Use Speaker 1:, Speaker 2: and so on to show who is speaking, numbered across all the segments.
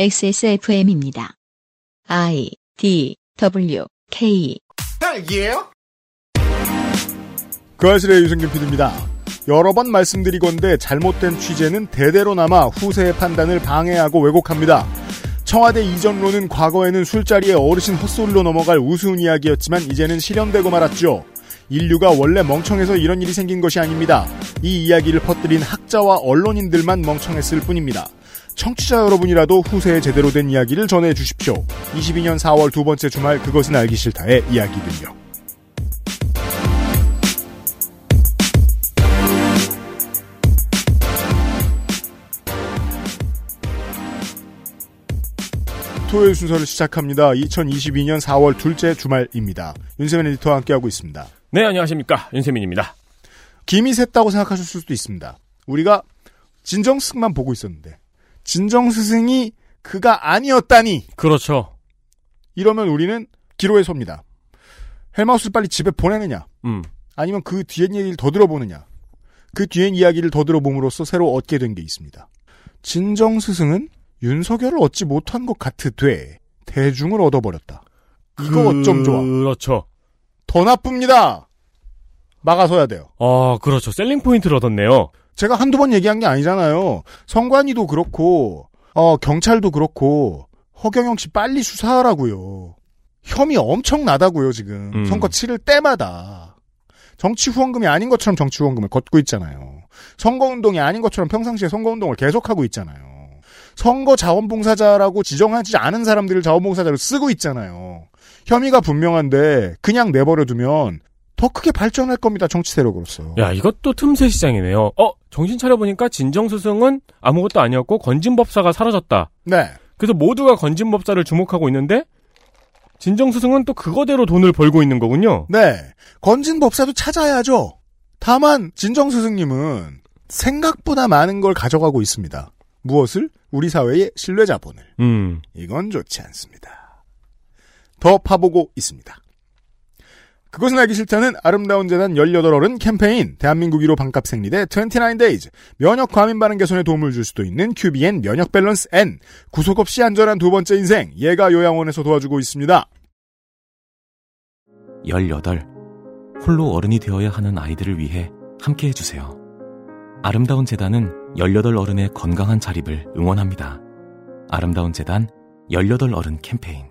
Speaker 1: XSFM입니다. I D W K
Speaker 2: 헬기예요?
Speaker 3: 그아실의 유승균 PD입니다. 여러 번 말씀드리건대 잘못된 취재는 대대로나마 후세의 판단을 방해하고 왜곡합니다. 청와대 이전론은 과거에는 술자리에 어르신 헛소리로 넘어갈 우스운 이야기였지만 이제는 실현되고 말았죠. 인류가 원래 멍청해서 이런 일이 생긴 것이 아닙니다. 이 이야기를 퍼뜨린 학자와 언론인들만 멍청했을 뿐입니다. 청취자 여러분이라도 후세에 제대로 된 이야기를 전해 주십시오. 22년 4월 두 번째 주말 그것은 알기 싫다의 이야기들요. 토요일 순서를 시작합니다. 2022년 4월 둘째 주말입니다. 윤세민 에디터와 함께하고 있습니다.
Speaker 4: 네, 안녕하십니까. 윤세민입니다.
Speaker 3: 김이 샜다고 생각하실 수도 있습니다. 우리가 진정스승만 보고 있었는데 진정스승이 그가 아니었다니
Speaker 4: 그렇죠.
Speaker 3: 이러면 우리는 기로에 섭니다. 헬마우스를 빨리 집에 보내느냐
Speaker 4: 음.
Speaker 3: 아니면 그 뒤엔 얘기를 더 들어보느냐 그 뒤엔 이야기를 더 들어봄으로써 새로 얻게 된 게 있습니다. 진정스승은 윤석열을 얻지 못한 것 같으되 대중을 얻어버렸다. 이거
Speaker 4: 그
Speaker 3: 어쩜 좋아.
Speaker 4: 그렇죠.
Speaker 3: 더 나쁩니다. 막아서야 돼요.
Speaker 4: 아, 그렇죠. 셀링 포인트를 얻었네요.
Speaker 3: 제가 한두 번 얘기한 게 아니잖아요. 성관이도 그렇고, 어, 경찰도 그렇고, 허경영 씨 빨리 수사하라고요. 혐의 엄청나다고요, 지금.
Speaker 4: 음.
Speaker 3: 선거 치를 때마다. 정치 후원금이 아닌 것처럼 정치 후원금을 걷고 있잖아요. 선거 운동이 아닌 것처럼 평상시에 선거 운동을 계속하고 있잖아요. 선거 자원봉사자라고 지정하지 않은 사람들을 자원봉사자로 쓰고 있잖아요. 혐의가 분명한데 그냥 내버려두면 더 크게 발전할 겁니다, 정치 세력으로서.
Speaker 4: 야, 이것도 틈새 시장이네요. 어, 정신 차려보니까 진정수승은 아무것도 아니었고 건진법사가 사라졌다.
Speaker 3: 네.
Speaker 4: 그래서 모두가 건진법사를 주목하고 있는데 진정수승은 또 그거대로 돈을 벌고 있는 거군요.
Speaker 3: 네. 건진 법사도 찾아야죠. 다만, 진정 스승님은 생각보다 많은 걸 가져가고 있습니다. 무엇을? 우리 사회의 신뢰 자본을.
Speaker 4: 음.
Speaker 3: 이건 좋지 않습니다. 더 파보고 있습니다. 그것은 알기 싫다는 아름다운 재단 18어른 캠페인, 대한민국 1호 반값 생리대 29days, 면역 과민 반응 개선에 도움을 줄 수도 있는 큐비엔 면역 밸런스 N, 구속 없이 안전한 두 번째 인생, 예가 요양원에서 도와주고 있습니다.
Speaker 5: 18. 홀로 어른이 되어야 하는 아이들을 위해 함께 해주세요. 아름다운 재단은 18 어른의 건강한 자립을 응원합니다. 아름다운 재단 18 어른 캠페인.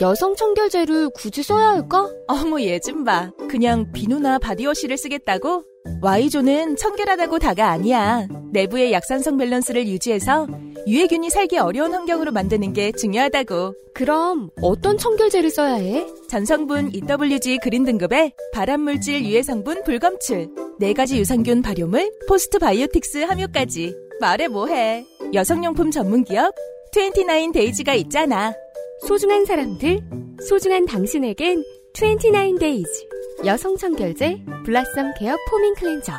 Speaker 6: 여성 청결제를 굳이 써야 할까?
Speaker 7: 어머 얘 좀 봐. 그냥 비누나 바디워시를 쓰겠다고? Y존은 청결하다고 다가 아니야. 내부의 약산성 밸런스를 유지해서 유해균이 살기 어려운 환경으로 만드는 게 중요하다고.
Speaker 6: 그럼 어떤 청결제를 써야 해?
Speaker 7: 전성분 EWG 그린 등급에 발암물질 유해성분 불검출, 네 가지 유산균 발효물, 포스트바이오틱스 함유까지. 말해 뭐해. 여성용품 전문기업 29데이지가 있잖아.
Speaker 6: 소중한 사람들, 소중한 당신에겐 29days 여성 청결제 블라썸 케어 포밍 클렌저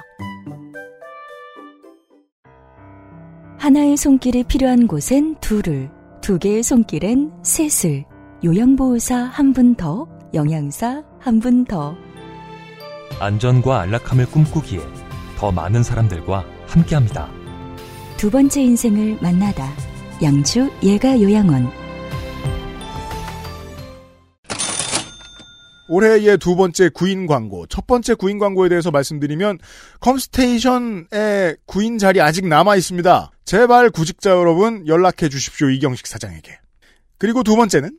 Speaker 8: 하나의 손길이 필요한 곳엔 둘을, 두 개의 손길엔 셋을, 요양보호사 한 분 더, 영양사 한 분 더.
Speaker 5: 안전과 안락함을 꿈꾸기에 더 많은 사람들과 함께합니다.
Speaker 8: 두 번째 인생을 만나다. 양주 예가 요양원.
Speaker 3: 올해의 두 번째 구인 광고. 첫 번째 구인 광고에 대해서 말씀드리면 컴스테이션의 구인 자리 아직 남아 있습니다. 제발 구직자 여러분 연락해 주십시오. 이경식 사장에게. 그리고 두 번째는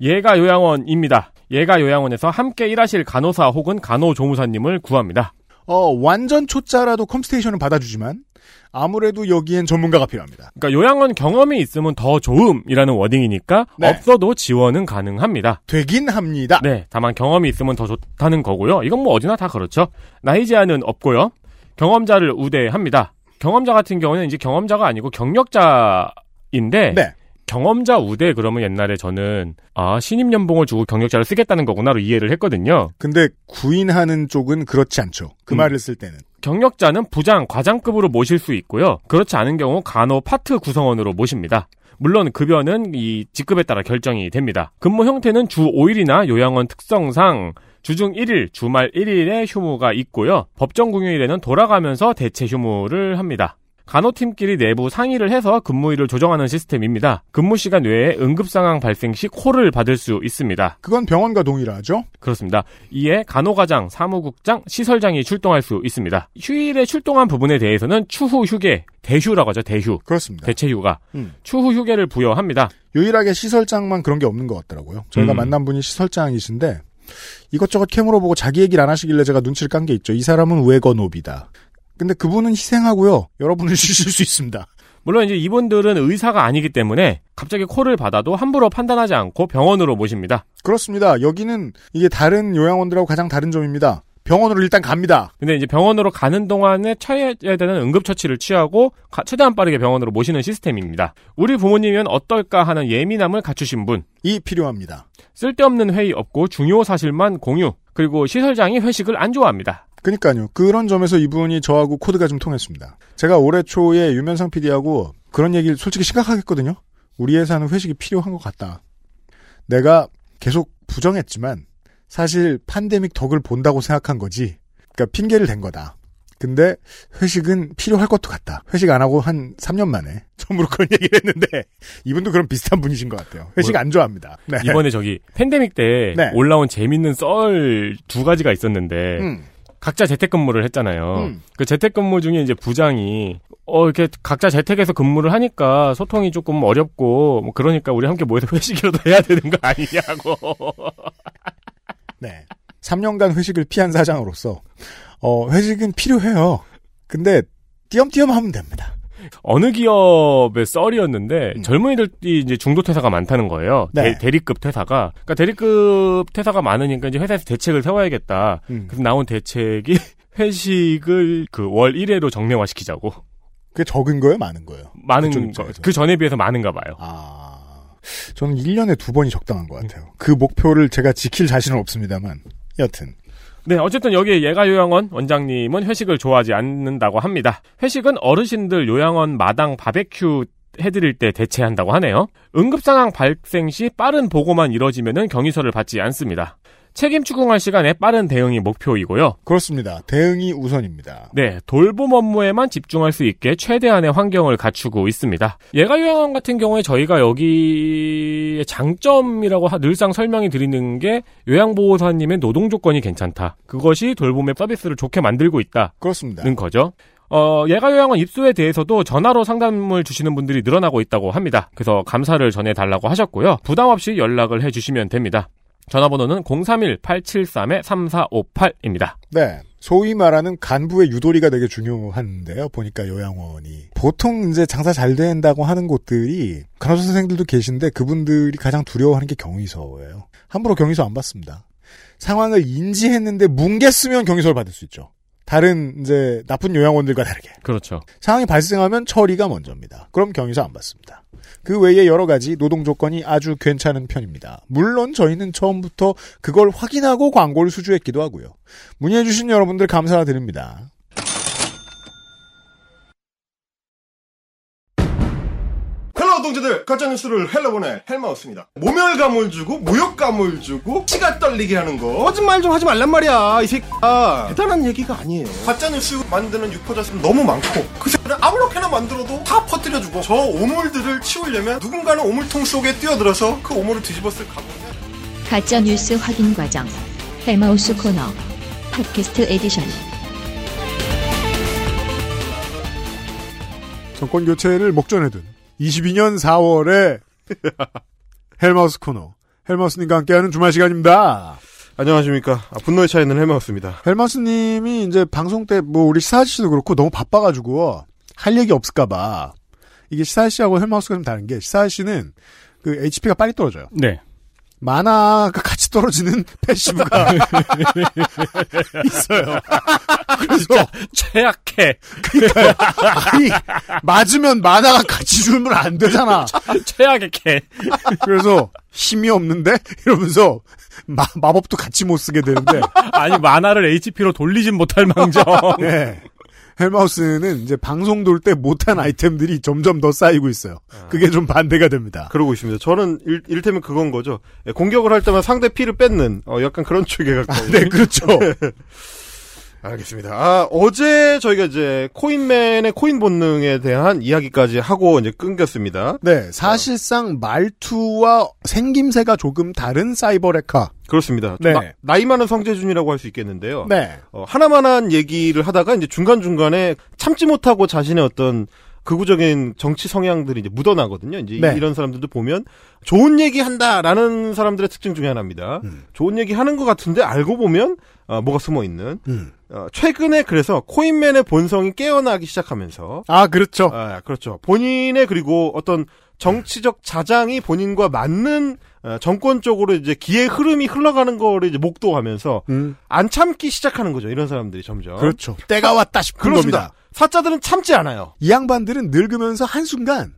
Speaker 4: 예가 요양원입니다. 예가 요양원에서 함께 일하실 간호사 혹은 간호조무사님을 구합니다.
Speaker 3: 어, 완전 초짜라도 컴스테이션은 받아주지만 아무래도 여기엔 전문가가 필요합니다.
Speaker 4: 그러니까 요양원 경험이 있으면 더 좋음이라는 워딩이니까
Speaker 3: 네.
Speaker 4: 없어도 지원은 가능합니다.
Speaker 3: 되긴 합니다.
Speaker 4: 네, 다만 경험이 있으면 더 좋다는 거고요. 이건 뭐 어디나 다 그렇죠. 나이 제한은 없고요. 경험자를 우대합니다. 경험자 같은 경우는 이제 경험자가 아니고 경력자인데
Speaker 3: 네.
Speaker 4: 경험자 우대 그러면 옛날에 저는 아 신입 연봉을 주고 경력자를 쓰겠다는 거구나로 이해를 했거든요.
Speaker 3: 근데 구인하는 쪽은 그렇지 않죠. 그
Speaker 4: 음.
Speaker 3: 말을 쓸 때는.
Speaker 4: 경력자는 부장, 과장급으로 모실 수 있고요. 그렇지 않은 경우 간호 파트 구성원으로 모십니다. 물론 급여는 이 직급에 따라 결정이 됩니다. 근무 형태는 주 5일이나 요양원 특성상 주중 1일, 주말 1일에 휴무가 있고요. 법정 공휴일에는 돌아가면서 대체 휴무를 합니다. 간호팀끼리 내부 상의를 해서 근무일을 조정하는 시스템입니다. 근무 시간 외에 응급 상황 발생 시 콜을 받을 수 있습니다.
Speaker 3: 그건 병원과 동일하죠?
Speaker 4: 그렇습니다. 이에 간호과장, 사무국장, 시설장이 출동할 수 있습니다. 휴일에 출동한 부분에 대해서는 추후 휴게, 대휴라고 하죠. 대휴.
Speaker 3: 그렇습니다.
Speaker 4: 대체 휴가.
Speaker 3: 음.
Speaker 4: 추후 휴게를 부여합니다.
Speaker 3: 유일하게 시설장만 그런 게 없는 것 같더라고요. 저희가
Speaker 4: 음.
Speaker 3: 만난 분이 시설장이신데 이것저것 캠으로 보고 자기 얘기를 안 하시길래 제가 눈치를 깐 게 있죠. 이 사람은 외건옵이다. 근데 그분은 희생하고요. 여러분은 쉬실 수 있습니다.
Speaker 4: 물론 이제 이분들은 의사가 아니기 때문에 갑자기 콜을 받아도 함부로 판단하지 않고 병원으로 모십니다.
Speaker 3: 그렇습니다. 여기는 이게 다른 요양원들하고 가장 다른 점입니다. 병원으로 일단 갑니다.
Speaker 4: 근데 이제 병원으로 가는 동안에 취해야 되는 응급처치를 취하고 가- 최대한 빠르게 병원으로 모시는 시스템입니다. 우리 부모님이면 어떨까 하는 예민함을 갖추신 분,
Speaker 3: 이 필요합니다.
Speaker 4: 쓸데없는 회의 없고 중요 사실만 공유, 그리고 시설장이 회식을 안 좋아합니다.
Speaker 3: 그러니까요. 그런 점에서 이분이 저하고 코드가 좀 통했습니다. 제가 올해 초에 유면상 PD하고 그런 얘기를 솔직히 심각하게 했거든요. 우리 회사는 회식이 필요한 것 같다. 내가 계속 부정했지만 사실 팬데믹 덕을 본다고 생각한 거지. 그러니까 핑계를 댄 거다. 근데 회식은 필요할 것도 같다. 회식 안 하고 한 3년 만에 처음으로 그런 얘기를 했는데 이분도 그런 비슷한 분이신 것 같아요. 회식 안 좋아합니다. 네.
Speaker 4: 이번에 저기 팬데믹 때
Speaker 3: 네.
Speaker 4: 올라온 재밌는 썰 두 가지가 있었는데
Speaker 3: 음,
Speaker 4: 각자 재택근무를 했잖아요.
Speaker 3: 음.
Speaker 4: 그 재택근무 중에 이제 부장이 어 이렇게 각자 재택에서 근무를 하니까 소통이 조금 어렵고 뭐 그러니까 우리 함께 모여서 회식이라도 해야 되는 거 아니냐고.
Speaker 3: 네. 3년간 회식을 피한 사장으로서 어, 회식은 필요해요. 근데 띄엄띄엄 하면 됩니다.
Speaker 4: 어느 기업의 썰이었는데
Speaker 3: 음.
Speaker 4: 젊은이들이 이제 중도 퇴사가 많다는 거예요.
Speaker 3: 네.
Speaker 4: 대, 리급 퇴사가. 그러니까 대리급 퇴사가 많으니까 이제 회사에서 대책을 세워야겠다.
Speaker 3: 음.
Speaker 4: 그래서 나온 대책이 회식을 그 월 1회로 정례화시키자고.
Speaker 3: 그게 적은 거예요, 많은 거예요? 그쪽
Speaker 4: 많은 거-
Speaker 3: 입장에서.
Speaker 4: 그 전에 비해서 많은가 봐요.
Speaker 3: 아. 저는 1년에 두 번이 적당한 것 같아요. 그 목표를 제가 지킬 자신은 없습니다만. 여튼.
Speaker 4: 네, 어쨌든 여기 예가 요양원 원장님은 회식을 좋아하지 않는다고 합니다. 회식은 어르신들 요양원 마당 바베큐 해드릴 때 대체한다고 하네요. 응급 상황 발생 시 빠른 보고만 이뤄지면은 경위서를 받지 않습니다. 책임 추궁할 시간에 빠른 대응이 목표이고요.
Speaker 3: 그렇습니다. 대응이 우선입니다.
Speaker 4: 네, 돌봄 업무에만 집중할 수 있게 최대한의 환경을 갖추고 있습니다. 예가 요양원 같은 경우에 저희가 여기의 장점이라고 하- 늘상 설명이 드리는 게 요양보호사님의 노동 조건이 괜찮다. 그것이 돌봄의 서비스를 좋게 만들고 있다.
Speaker 3: 그렇습니다.
Speaker 4: 는 거죠. 어, 예가 요양원 입소에 대해서도 전화로 상담을 주시는 분들이 늘어나고 있다고 합니다. 그래서 감사를 전해달라고 하셨고요. 부담 없이 연락을 해주시면 됩니다. 전화번호는 031-873-3458입니다.
Speaker 3: 네. 소위 말하는 간부의 유도리가 되게 중요한데요. 보니까 요양원이. 보통 이제 장사 잘 된다고 하는 곳들이 간호사 선생들도 계신데 그분들이 가장 두려워하는 게 경위서예요. 함부로 경위서 안 받습니다. 상황을 인지했는데 뭉개쓰면 경위서를 받을 수 있죠. 다른 이제 나쁜 요양원들과 다르게.
Speaker 4: 그렇죠.
Speaker 3: 상황이 발생하면 처리가 먼저입니다. 그럼 경위서 안 받습니다. 그 외에 여러 가지 노동 조건이 아주 괜찮은 편입니다. 물론 저희는 처음부터 그걸 확인하고 광고를 수주했기도 하고요. 문의해주신 여러분들 감사드립니다.
Speaker 2: 헬로 동지들 가짜뉴스를 헬로보네 헬마우스입니다 모멸감을 주고 모욕감을 주고 치가 떨리게 하는 거 거짓말 좀 하지 말란 말이야 이 새끼야 대단한 얘기가 아니에요 가짜뉴스 만드는 유포자수는 너무 많고 그 새끼는 아무렇게나 만들어도 다 퍼뜨려주고 저 오물들을 치우려면 누군가는 오물통 속에 뛰어들어서 그 오물을 뒤집었을 각오
Speaker 1: 가짜 뉴스 확인 과정. 헬마우스 코너. 팟캐스트 에디션.
Speaker 3: 정권 교체를 목전에 둔 22년 4월에 헬마우스 코너 헬마우스님과 함께하는 주말 시간입니다.
Speaker 2: 안녕하십니까 아, 분노의 차이는 헬마우스입니다
Speaker 3: 헬마우스님이 이제 방송 때 뭐 우리 시사 씨도 그렇고 너무 바빠가지고 할 얘기 없을까봐 이게 시사 씨하고 헬마우스가 좀 다른 게 시사 씨는 그 HP가 빨리 떨어져요.
Speaker 4: 네.
Speaker 3: 만화가 같이 떨어지는 패시브가 있어요. 그래서
Speaker 4: 어, 최악해.
Speaker 3: 아니 맞으면 만화가 같이 줄면 안 되잖아.
Speaker 4: 최악의 개.
Speaker 3: 그래서 힘이 없는데 이러면서 마, 마법도 같이 못 쓰게 되는데
Speaker 4: 아니, 만화를 HP로 돌리진 못할 망정.
Speaker 3: 네. 헬마우스는 이제 방송 돌 때 못한 아이템들이 점점 더 쌓이고 있어요. 그게 좀 반대가 됩니다.
Speaker 2: 그러고 있습니다 저는 일, 이를테면 그건 거죠 예, 공격을 할 때만 상대 피를 뺏는 어, 약간 그런 쪽에 가까운
Speaker 3: 네, 그렇죠.
Speaker 9: 알겠습니다. 아, 어제 저희가 이제 코인맨의 코인 본능에 대한 이야기까지 하고 이제 끊겼습니다.
Speaker 3: 네, 사실상 말투와 생김새가 조금 다른 사이버레카.
Speaker 9: 그렇습니다.
Speaker 3: 네.
Speaker 9: 나, 이 많은 성재준이라고 할 수 있겠는데요.
Speaker 3: 네.
Speaker 9: 어, 하나만한 얘기를 하다가 이제 중간중간에 참지 못하고 자신의 어떤 극우적인 정치 성향들이 이제 묻어나거든요. 이제
Speaker 3: 네.
Speaker 9: 이런 사람들도 보면 좋은 얘기 한다라는 사람들의 특징 중에 하나입니다.
Speaker 3: 음.
Speaker 9: 좋은 얘기 하는 것 같은데 알고 보면 어, 뭐가 숨어 있는.
Speaker 3: 음.
Speaker 9: 어, 최근에 그래서 코인맨의 본성이 깨어나기 시작하면서
Speaker 3: 아, 그렇죠.
Speaker 9: 아, 그렇죠. 본인의 그리고 어떤 정치적 자장이 본인과 맞는 어, 정권 쪽으로 이제 기의 흐름이 흘러가는 거를 이제 목도하면서
Speaker 3: 음.
Speaker 9: 안 참기 시작하는 거죠. 이런 사람들이 점점.
Speaker 3: 그렇죠. 때가 왔다 싶은
Speaker 9: 어. 그렇습니다.
Speaker 3: 겁니다.
Speaker 9: 사자들은 참지 않아요.
Speaker 3: 이 양반들은 늙으면서 한순간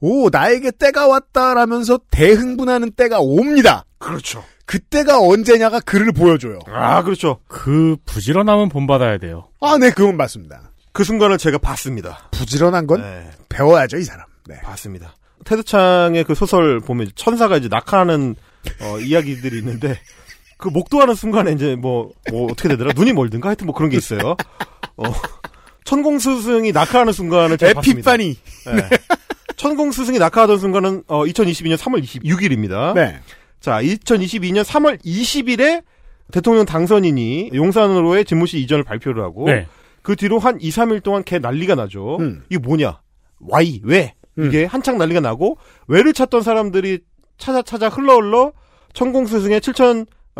Speaker 3: 오 나에게 때가 왔다라면서 대흥분하는 때가 옵니다.
Speaker 9: 그렇죠.
Speaker 3: 그때가 언제냐가 글을 보여줘요.
Speaker 9: 아, 그렇죠.
Speaker 4: 그 부지런함은 본받아야 돼요.
Speaker 3: 아, 네, 그건 맞습니다.
Speaker 9: 그 순간을 제가 봤습니다.
Speaker 3: 부지런한 건
Speaker 9: 네,
Speaker 3: 배워야죠, 이 사람. 네.
Speaker 9: 봤습니다. 테드창의 그 소설 보면 이제 천사가 이제 낙하하는 어, 이야기들이 있는데 그 목도하는 순간에 이제 뭐, 뭐 어떻게 되더라? 눈이 멀든가 하여튼 뭐 그런 게 있어요. 어, 천공스승이 낙하하는 순간을 제가 봤습니다.
Speaker 3: 에피파니.
Speaker 9: 네. 천공 스승이 낙하하던 순간은 어, 2022년 3월 26일입니다.
Speaker 3: 네.
Speaker 9: 자, 2022년 3월 20일에 대통령 당선인이 용산으로의 집무실 이전을 발표를 하고
Speaker 4: 네.
Speaker 9: 그 뒤로 한 2, 3일 동안 걔 난리가 나죠.
Speaker 3: 음.
Speaker 9: 이게 뭐냐? 와이 왜? 이게 한창 난리가 나고 왜를 찾던 사람들이 찾아 찾아 흘러 흘러 천공 스승의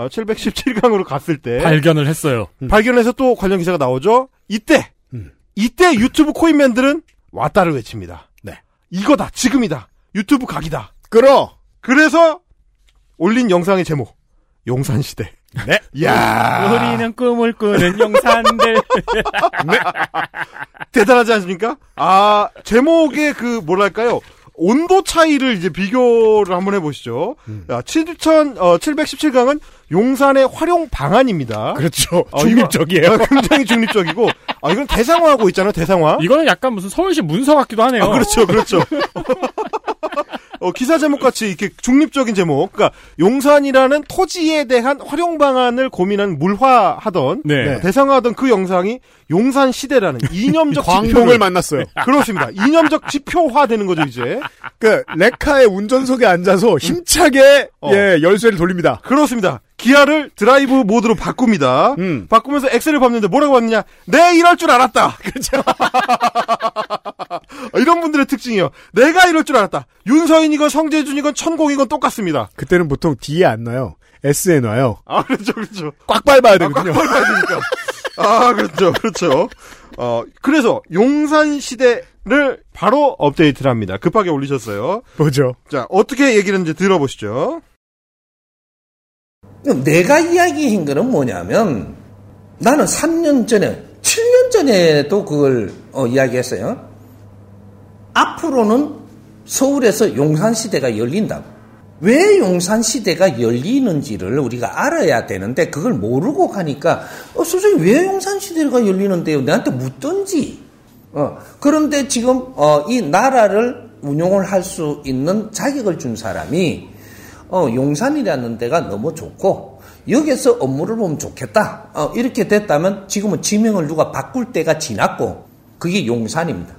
Speaker 9: 7,717강으로 갔을 때
Speaker 4: 발견을 했어요.
Speaker 9: 음. 발견해서 또 관련 기사가 나오죠. 이때
Speaker 3: 음.
Speaker 9: 이때 유튜브 코인맨들은 왔다를 외칩니다.
Speaker 3: 네.
Speaker 9: 이거다 지금이다 유튜브 각이다.
Speaker 3: 끌어.
Speaker 9: 그래서 올린 영상의 제목 용산 시대.
Speaker 3: 네.
Speaker 9: 야
Speaker 4: 우리는 꿈을 꾸는 용산들.
Speaker 9: 대단하지 않습니까? 아 제목의 그 뭐랄까요 온도 차이를 이제 비교를 한번 해보시죠.
Speaker 3: 음.
Speaker 9: 아, 야, 7,717강은 용산의 활용 방안입니다.
Speaker 3: 그렇죠.
Speaker 9: 어,
Speaker 3: 중립적이에요.
Speaker 9: 이거- 굉장히 중립적이고 아 이건 대상화하고 있잖아요 대상화.
Speaker 4: 이거는 약간 무슨 서울시 문서 같기도 하네요.
Speaker 9: 아, 그렇죠, 그렇죠. 어, 기사 제목 같이 이렇게 중립적인 제목, 그러니까 용산이라는 토지에 대한 활용 방안을 고민한 물화하던
Speaker 4: 네.
Speaker 9: 어, 대상화하던 그 영상이 용산 시대라는 이념적
Speaker 3: 광동을
Speaker 9: 지표를 네.
Speaker 3: 만났어요.
Speaker 9: 그렇습니다. 이념적 지표화되는 거죠 이제.
Speaker 3: 그 레카의 운전석에 앉아서 힘차게
Speaker 9: 어.
Speaker 3: 예 열쇠를 돌립니다.
Speaker 9: 그렇습니다. 기아를 드라이브 모드로 바꿉니다.
Speaker 3: 음.
Speaker 9: 바꾸면서 엑셀을 밟는데 뭐라고 봤느냐? 네, 이럴 줄 알았다. 그렇죠. 어, 이런 분들의 특징이요. 내가 이럴 줄 알았다. 윤서인이건 성재준이건 천공이건 똑같습니다.
Speaker 3: 그때는 보통 D에 안 놔요. S에 놔요.
Speaker 9: 아, 그렇죠, 그렇죠.
Speaker 3: 꽉 밟아야
Speaker 9: 아, 꽉
Speaker 3: 되거든요.
Speaker 9: 밟아야 되니까. 아, 그렇죠, 그렇죠. 어, 그래서 용산 시대를 바로 업데이트를 합니다. 급하게 올리셨어요.
Speaker 3: 뭐죠?
Speaker 9: 자, 어떻게 얘기를 했는지 들어보시죠.
Speaker 10: 내가 이야기한 거는 뭐냐면 나는 3년 전에 7년 전에도 그걸 어, 이야기했어요. 앞으로는 서울에서 용산시대가 열린다고. 왜 용산시대가 열리는지를 우리가 알아야 되는데 그걸 모르고 가니까 어, 선생님 왜 용산시대가 열리는데요? 내한테 묻던지. 어, 그런데 지금 어, 이 나라를 운용을 할 수 있는 자격을 준 사람이 어, 용산이라는 데가 너무 좋고 여기서 업무를 보면 좋겠다. 어, 이렇게 됐다면 지금은 뭐? 지명을 누가 바꿀 때가 지났고 그게 용산입니다.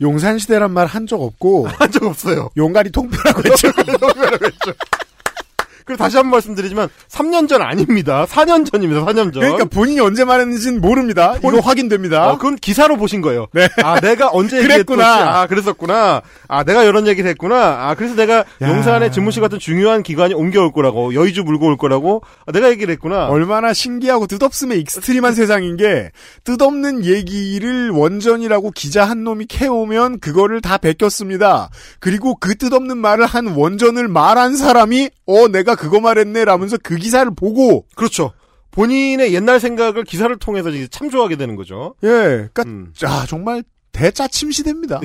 Speaker 3: 용산 시대란 말 한 적 없고
Speaker 9: 한 적 없어요.
Speaker 3: 용가리 통표라고 했죠.
Speaker 9: 그리고 다시 한 번 말씀드리지만, 3년 전 아닙니다. 4년 전입니다, 4년 전.
Speaker 3: 그러니까 본인이 언제 말했는지는 모릅니다. 이거 확인됩니다.
Speaker 9: 어, 그건 기사로 보신 거예요.
Speaker 3: 네.
Speaker 9: 아, 내가 언제
Speaker 3: 그랬구나.
Speaker 9: 얘기했지? 아, 그랬었구나. 아, 내가 이런 얘기를 했구나. 아, 그래서 내가
Speaker 3: 야.
Speaker 9: 용산의 집무실 같은 중요한 기관이 옮겨올 거라고, 여의주 물고 올 거라고, 아, 내가 얘기를 했구나.
Speaker 3: 얼마나 신기하고 뜻없음에 익스트림한 세상인 게 뜻없는 얘기를 원전이라고 기자 한 놈이 캐오면 그거를 다 베꼈습니다. 그리고 그 뜻없는 말을 한 원전을 말한 사람이 어 내가 그거 말했네 라면서 그 기사를 보고
Speaker 9: 그렇죠. 본인의 옛날 생각을 기사를 통해서 이제 참조하게 되는 거죠.
Speaker 3: 예, 그러니까
Speaker 9: 음.
Speaker 3: 아, 정말 대짜침 시대입니다.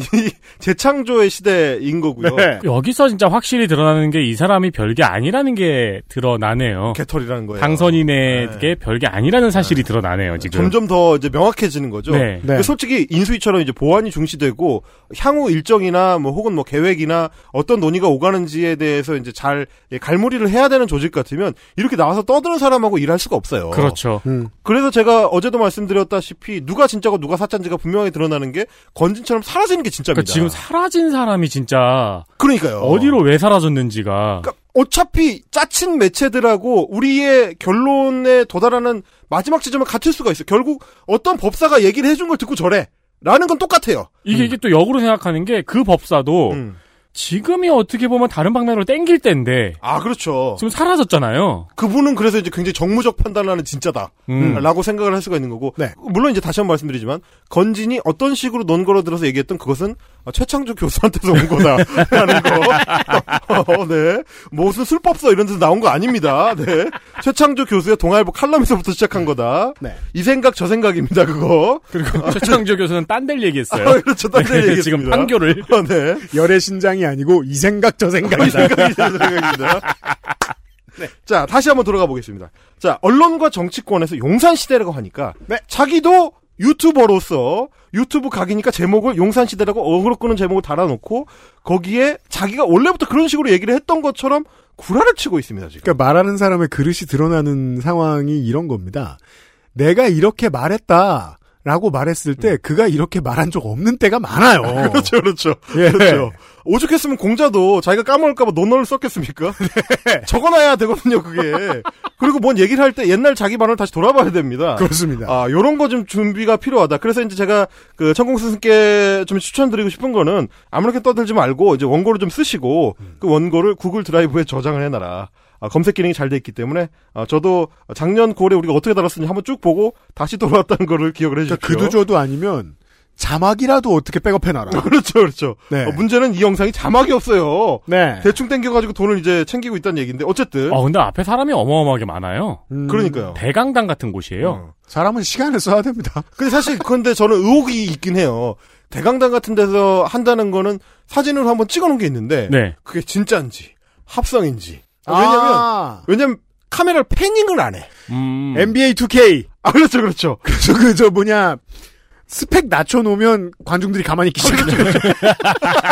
Speaker 9: 재창조의 시대인 거고요.
Speaker 3: 네.
Speaker 4: 여기서 진짜 확실히 드러나는 게 이 사람이 별게 아니라는 게 드러나네요.
Speaker 9: 개털이라는 거예요.
Speaker 4: 당선인에게
Speaker 9: 네.
Speaker 4: 별게 아니라는 사실이 드러나네요, 지금.
Speaker 9: 점점 더 이제 명확해지는 거죠.
Speaker 4: 네.
Speaker 3: 네.
Speaker 9: 그 솔직히 인수위처럼 이제 보완이 중시되고 향후 일정이나 뭐 혹은 뭐 계획이나 어떤 논의가 오가는지에 대해서 이제 잘 예, 갈무리를 해야 되는 조직 같으면 이렇게 나와서 떠드는 사람하고 일할 수가 없어요.
Speaker 4: 그렇죠.
Speaker 3: 음.
Speaker 9: 그래서 제가 어제도 말씀드렸다시피 누가 진짜고 누가 사짜인지가 분명히 드러나는 게 건진처럼 사라지는 게
Speaker 4: 그러니까
Speaker 9: 진짜입니다.
Speaker 4: 지금 사라진 사람이 진짜
Speaker 9: 그러니까요.
Speaker 4: 어디로 왜 사라졌는지가
Speaker 9: 그러니까 어차피 짜친 매체들하고 우리의 결론에 도달하는 마지막 지점은 같을 수가 있어. 요 결국 어떤 법사가 얘기를 해준 걸 듣고 저래. 라는 건 똑같아요.
Speaker 4: 이게 이게 또 역으로 생각하는 게 그 법사도
Speaker 9: 음.
Speaker 4: 지금이 어떻게 보면 다른 방면으로 땡길 때인데
Speaker 9: 아, 그렇죠.
Speaker 4: 지금 사라졌잖아요.
Speaker 9: 그분은 그래서 이제 굉장히 정무적 판단하는 진짜다.
Speaker 4: 음.
Speaker 9: 라고 생각을 할 수가 있는 거고.
Speaker 3: 네.
Speaker 9: 물론 이제 다시 한 번 말씀드리지만, 건진이 어떤 식으로 논거로 들어서 얘기했던 그것은 최창조 교수한테서 온 거다. 라는 거. 어, 네. 뭐 무슨 술법서 이런 데서 나온 거 아닙니다. 네. 최창조 교수의 동아일보 칼럼에서부터 시작한 거다.
Speaker 3: 네.
Speaker 9: 이 생각, 저 생각입니다, 그거.
Speaker 4: 그리고 최창조 교수는 딴 데를 얘기했어요.
Speaker 9: 아, 그렇죠. 딴 데를 얘기했습니다.
Speaker 4: 네, 지금 판교를
Speaker 9: 어, 네.
Speaker 3: 열의 신장이 아니고 이 생각 저 생각이다.
Speaker 9: 생각이 드는 생각입니다.
Speaker 3: 네.
Speaker 9: 자, 다시 한번 돌아가 보겠습니다. 자, 언론과 정치권에서 용산시대라고 하니까,
Speaker 3: 네.
Speaker 9: 자기도 유튜버로서 유튜브 각이니까 제목을 용산시대라고 어그로 끄는 제목을 달아놓고, 거기에 자기가 원래부터 그런 식으로 얘기를 했던 것처럼 구라를 치고 있습니다, 지금.
Speaker 3: 그러니까 말하는 사람의 그릇이 드러나는 상황이 이런 겁니다. 내가 이렇게 말했다. 라고 말했을 때 그가 이렇게 말한 적 없는 때가 많아요.
Speaker 9: 음. 그렇죠, 그렇죠.
Speaker 3: 예.
Speaker 9: 그렇죠. 오죽했으면 공자도 자기가 까먹을까봐 논어를 썼겠습니까?
Speaker 3: 네.
Speaker 9: 적어놔야 되거든요, 그게. 그리고 뭔 얘기를 할 때 옛날 자기 반을 다시 돌아봐야 됩니다.
Speaker 3: 그렇습니다.
Speaker 9: 아, 요런 거 좀 준비가 필요하다. 그래서 이제 제가 그 천공 스승께 좀 추천드리고 싶은 거는 아무렇게 떠들지 말고 이제 원고를 좀 쓰시고
Speaker 3: 음.
Speaker 9: 그 원고를 구글 드라이브에 저장을 해놔라. 아, 검색 기능이 잘 돼 있기 때문에 아, 저도 작년 9월에 우리가 어떻게 달았는지 한번 쭉 보고 다시 돌아왔다는 거를 기억을 해주십시오.
Speaker 3: 그러니까 그도저도 아니면 자막이라도 어떻게 백업해놔라.
Speaker 9: 그렇죠, 그렇죠.
Speaker 3: 네.
Speaker 9: 어, 문제는 이 영상이 자막이 없어요.
Speaker 3: 네. 아,
Speaker 9: 대충 땡겨가지고 돈을 이제 챙기고 있다는 얘기인데 어쨌든
Speaker 4: 어 근데 앞에 사람이 어마어마하게 많아요.
Speaker 3: 음,
Speaker 9: 그러니까요.
Speaker 4: 대강당 같은
Speaker 9: 어,
Speaker 4: 곳이에요.
Speaker 3: 사람은 시간을 써야 됩니다.
Speaker 9: 음. 근데 사실 근데 저는 의혹이 있긴 해요. 대강당 같은 데서 한다는 거는 사진으로 한번 찍어놓은 게 있는데
Speaker 4: 네.
Speaker 9: 그게 진짜인지 합성인지 아, 왜냐면
Speaker 3: 아,
Speaker 9: 왜냐면 카메라를 패닝을 안 해.
Speaker 4: 음.
Speaker 3: NBA 2K.
Speaker 9: 아 그렇죠 그렇죠.
Speaker 3: 그래서 그저 뭐냐 스펙 낮춰놓으면 관중들이 가만히
Speaker 9: 아,
Speaker 3: 있기
Speaker 9: 그렇죠,
Speaker 3: 시작해.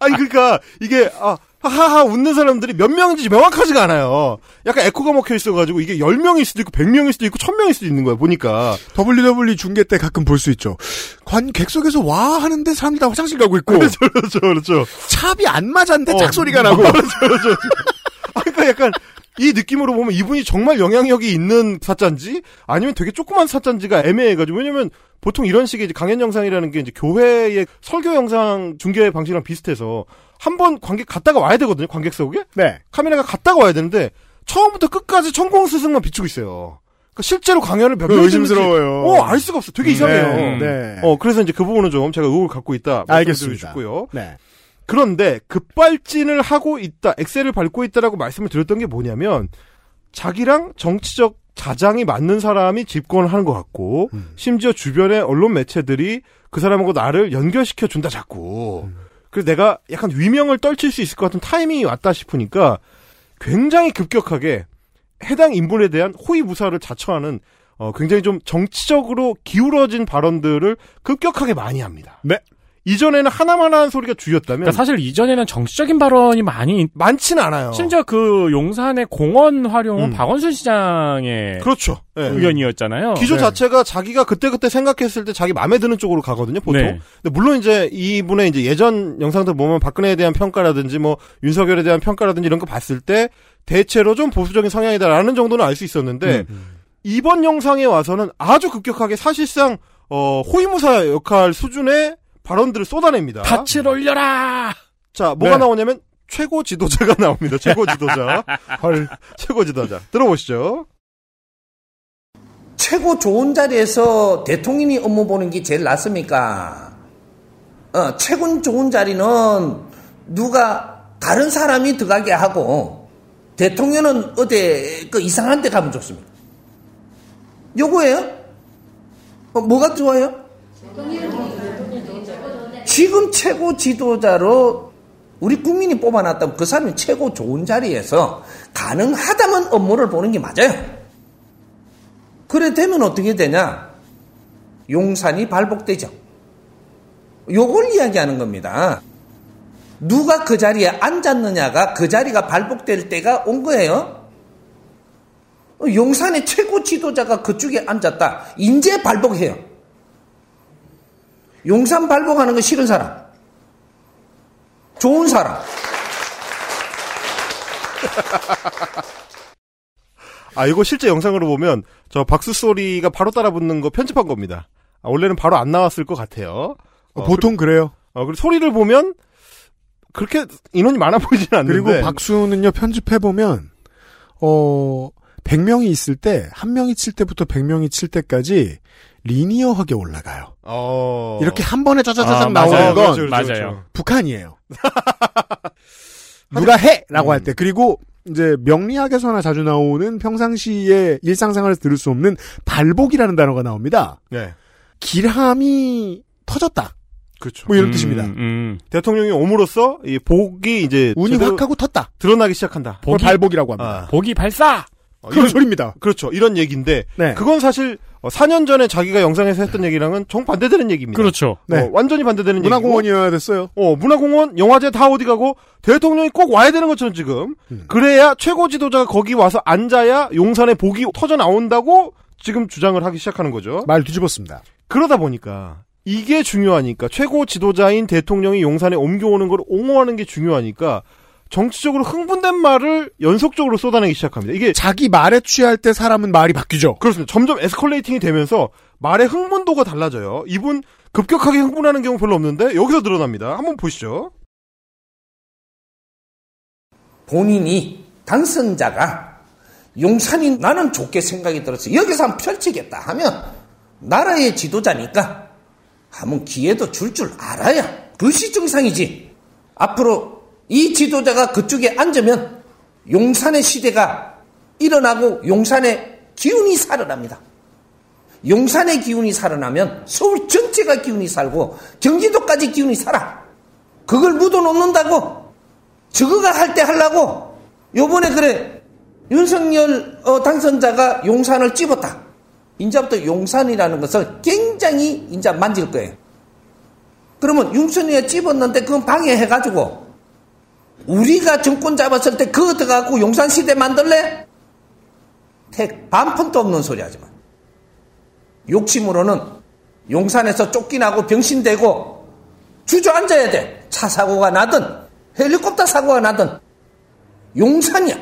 Speaker 9: 아니 그러니까 이게 아 하하하 웃는 사람들이 몇 명인지 명확하지가 않아요. 약간 에코가 먹혀 있어가지고 이게 10명일 수도 있고 100명일 수도 있고 1000명일 수도 있는 거야 보니까.
Speaker 3: WWE 중계 때 가끔 볼 수 있죠. 관 객석에서 와 하는데 사람들 다 화장실 가고 있고
Speaker 9: 그렇죠 그렇죠 그렇죠.
Speaker 3: 찹이 안 맞았는데
Speaker 9: 어.
Speaker 3: 짝소리가 나고
Speaker 9: 그렇죠, 그렇죠. 아, 그러니까 약간 이 느낌으로 보면 이분이 정말 영향력이 있는 사짠지 아니면 되게 조그만 사짠지가 애매해가지고 왜냐면 보통 이런 식의 이제 강연 영상이라는 게 이제 교회의 설교 영상 중계 방식이랑 비슷해서 한 번 관객 갔다가 와야 되거든요 관객석에
Speaker 3: 네.
Speaker 9: 카메라가 갔다가 와야 되는데 처음부터 끝까지 천공 스승만 비추고 있어요. 그러니까 실제로 강연을 몇
Speaker 3: 그거
Speaker 9: 명이
Speaker 3: 의심스러워요.
Speaker 9: 어알 수가 없어. 되게 이상해요.
Speaker 3: 네. 네.
Speaker 9: 어 그래서 이제 그 부분은 좀 제가 의혹을 갖고 있다. 말씀드리고
Speaker 3: 알겠습니다.
Speaker 9: 싶고요.
Speaker 3: 네.
Speaker 9: 그런데 급발진을 하고 있다, 엑셀을 밟고 있다라고 말씀을 드렸던 게 뭐냐면 자기랑 정치적 자장이 맞는 사람이 집권을 하는 것 같고
Speaker 4: 음.
Speaker 9: 심지어 주변의 언론 매체들이 그 사람하고 나를 연결시켜 준다 자꾸.
Speaker 4: 음.
Speaker 9: 그래서 내가 약간 위명을 떨칠 수 있을 것 같은 타이밍이 왔다 싶으니까 굉장히 급격하게 해당 인물에 대한 호의 무사를 자처하는 어, 굉장히 좀 정치적으로 기울어진 발언들을 급격하게 많이 합니다.
Speaker 3: 네.
Speaker 9: 이전에는 하나만한 소리가 주였다면
Speaker 4: 그러니까 사실 이전에는 정치적인 발언이 많이
Speaker 9: 많진 않아요.
Speaker 4: 심지어 그 용산의 공원 활용은
Speaker 9: 음.
Speaker 4: 박원순 시장의
Speaker 9: 그렇죠. 예.
Speaker 4: 의견이었잖아요.
Speaker 9: 기조
Speaker 3: 네.
Speaker 9: 자체가 자기가 그때그때 생각했을 때 자기 마음에 드는 쪽으로 가거든요, 보통.
Speaker 4: 네.
Speaker 9: 근데 물론 이제 이분의 이제 예전 영상들 보면 박근혜에 대한 평가라든지 뭐 윤석열에 대한 평가라든지 이런 거 봤을 때 대체로 좀 보수적인 성향이다라는 정도는 알 수 있었는데
Speaker 4: 네.
Speaker 9: 이번 영상에 와서는 아주 급격하게 사실상 어, 호위무사 역할 수준의 발언들을 쏟아냅니다.
Speaker 4: 밭을 올려라.
Speaker 9: 자, 뭐가
Speaker 3: 네.
Speaker 9: 나오냐면 최고 지도자가 나옵니다. 최고 지도자. 헐. 최고 지도자. 들어보시죠.
Speaker 10: 최고 좋은 자리에서 대통령이 업무 보는 게 제일 낫습니까? 어, 최고 좋은 자리는 누가 다른 사람이 들어가게 하고 대통령은 어디 그 이상한 데 가면 좋습니다. 요거예요? 어, 뭐가 좋아요? 지금 최고 지도자로 우리 국민이 뽑아놨다면 그 사람이 최고 좋은 자리에서 가능하다면 업무를 보는 게 맞아요. 그래 되면 어떻게 되냐? 용산이 발복되죠. 요걸 이야기하는 겁니다. 누가 그 자리에 앉았느냐가 그 자리가 발복될 때가 온 거예요. 어, 용산의 최고 지도자가 그쪽에 앉았다. 인제 발복해요. 용산 발복하는 거 싫은 사람. 좋은 사람.
Speaker 9: 아, 이거 실제 영상으로 보면 저 박수 소리가 바로 따라 붙는 거 편집한 겁니다. 아, 원래는 바로 안 나왔을 것 같아요.
Speaker 3: 어, 보통 그래요.
Speaker 9: 어, 그리고 소리를 보면 그렇게 인원이 많아 보이진 않는데.
Speaker 3: 그리고 박수는요, 편집해보면, 어, 100명이 있을 때, 한명이칠 때부터 100명이 칠 때까지, 리니어하게 올라가요.
Speaker 9: 어.
Speaker 3: 이렇게 한 번에
Speaker 4: 아,
Speaker 3: 짜자자자
Speaker 4: 맞아요.
Speaker 3: 나오는 건,
Speaker 9: 그렇죠,
Speaker 4: 맞아요.
Speaker 9: 그렇죠.
Speaker 3: 북한이에요. 누가 해! 라고 할 때. 그리고, 이제, 명리학에서나 자주 나오는 평상시에 일상생활에서 들을 수 없는 발복이라는 단어가 나옵니다.
Speaker 9: 네.
Speaker 3: 길함이 터졌다.
Speaker 9: 그렇죠.
Speaker 3: 뭐 이런 뜻입니다.
Speaker 4: 음, 음.
Speaker 9: 대통령이 옴으로써 이 복이 이제
Speaker 3: 운이
Speaker 9: 제대로
Speaker 3: 확 하고 텄다.
Speaker 9: 드러나기 시작한다.
Speaker 3: 그걸
Speaker 4: 복이-
Speaker 3: 발복이라고 합니다.
Speaker 9: 아.
Speaker 4: 복이 발사!
Speaker 9: 어,
Speaker 3: 그런
Speaker 9: 이런-
Speaker 3: 소리입니다.
Speaker 9: 그렇죠. 이런 얘기인데
Speaker 3: 네.
Speaker 9: 그건 사실 어, 4년 전에 자기가 영상에서 했던 얘기랑은 정 반대되는 얘기입니다.
Speaker 4: 그렇죠.
Speaker 3: 네.
Speaker 9: 어, 완전히 반대되는 얘기고.
Speaker 3: 문화공원이어야 됐어요.
Speaker 9: 어, 문화공원, 영화제 다 어디 가고 대통령이 꼭 와야 되는 것처럼 지금
Speaker 3: 음.
Speaker 9: 그래야 최고 지도자가 거기 와서 앉아야 용산의 복이 터져 나온다고 지금 주장을 하기 시작하는 거죠.
Speaker 3: 말 뒤집었습니다.
Speaker 9: 그러다 보니까 이게 중요하니까 최고 지도자인 대통령이 용산에 옮겨오는 걸 옹호하는 게 중요하니까 정치적으로 흥분된 말을 연속적으로 쏟아내기 시작합니다. 이게
Speaker 3: 자기 말에 취할 때 사람은 말이 바뀌죠.
Speaker 9: 그렇습니다. 점점 에스컬레이팅이 되면서 말의 흥분도가 달라져요. 이분 급격하게 흥분하는 경우 별로 없는데 여기서 드러납니다. 한번 보시죠.
Speaker 10: 본인이 당선자가 용산이 나는 좋게 생각이 들었어. 여기서 한번 펼치겠다 하면 나라의 지도자니까 한번 기회도 줄 줄 알아야 그것이 정상이지. 앞으로 이 지도자가 그쪽에 앉으면 용산의 시대가 일어나고 용산의 기운이 살아납니다. 용산의 기운이 살아나면 서울 전체가 기운이 살고 경기도까지 기운이 살아. 그걸 묻어놓는다고 저거가 할 때 하려고 요번에 그래 윤석열 어, 당선자가 용산을 찝었다. 인자부터 용산이라는 것을 굉장히 인자 만질 거예요. 그러면 윤석열이 찝었는데 그건 방해해가지고 우리가 정권 잡았을 때 그거 들어가고 용산 시대 만들래? 택 반푼도 없는 소리 하지만 욕심으로는 용산에서 쫓기나고 병신되고 주저앉아야 돼. 차 사고가 나든 헬리콥터 사고가 나든 용산이야.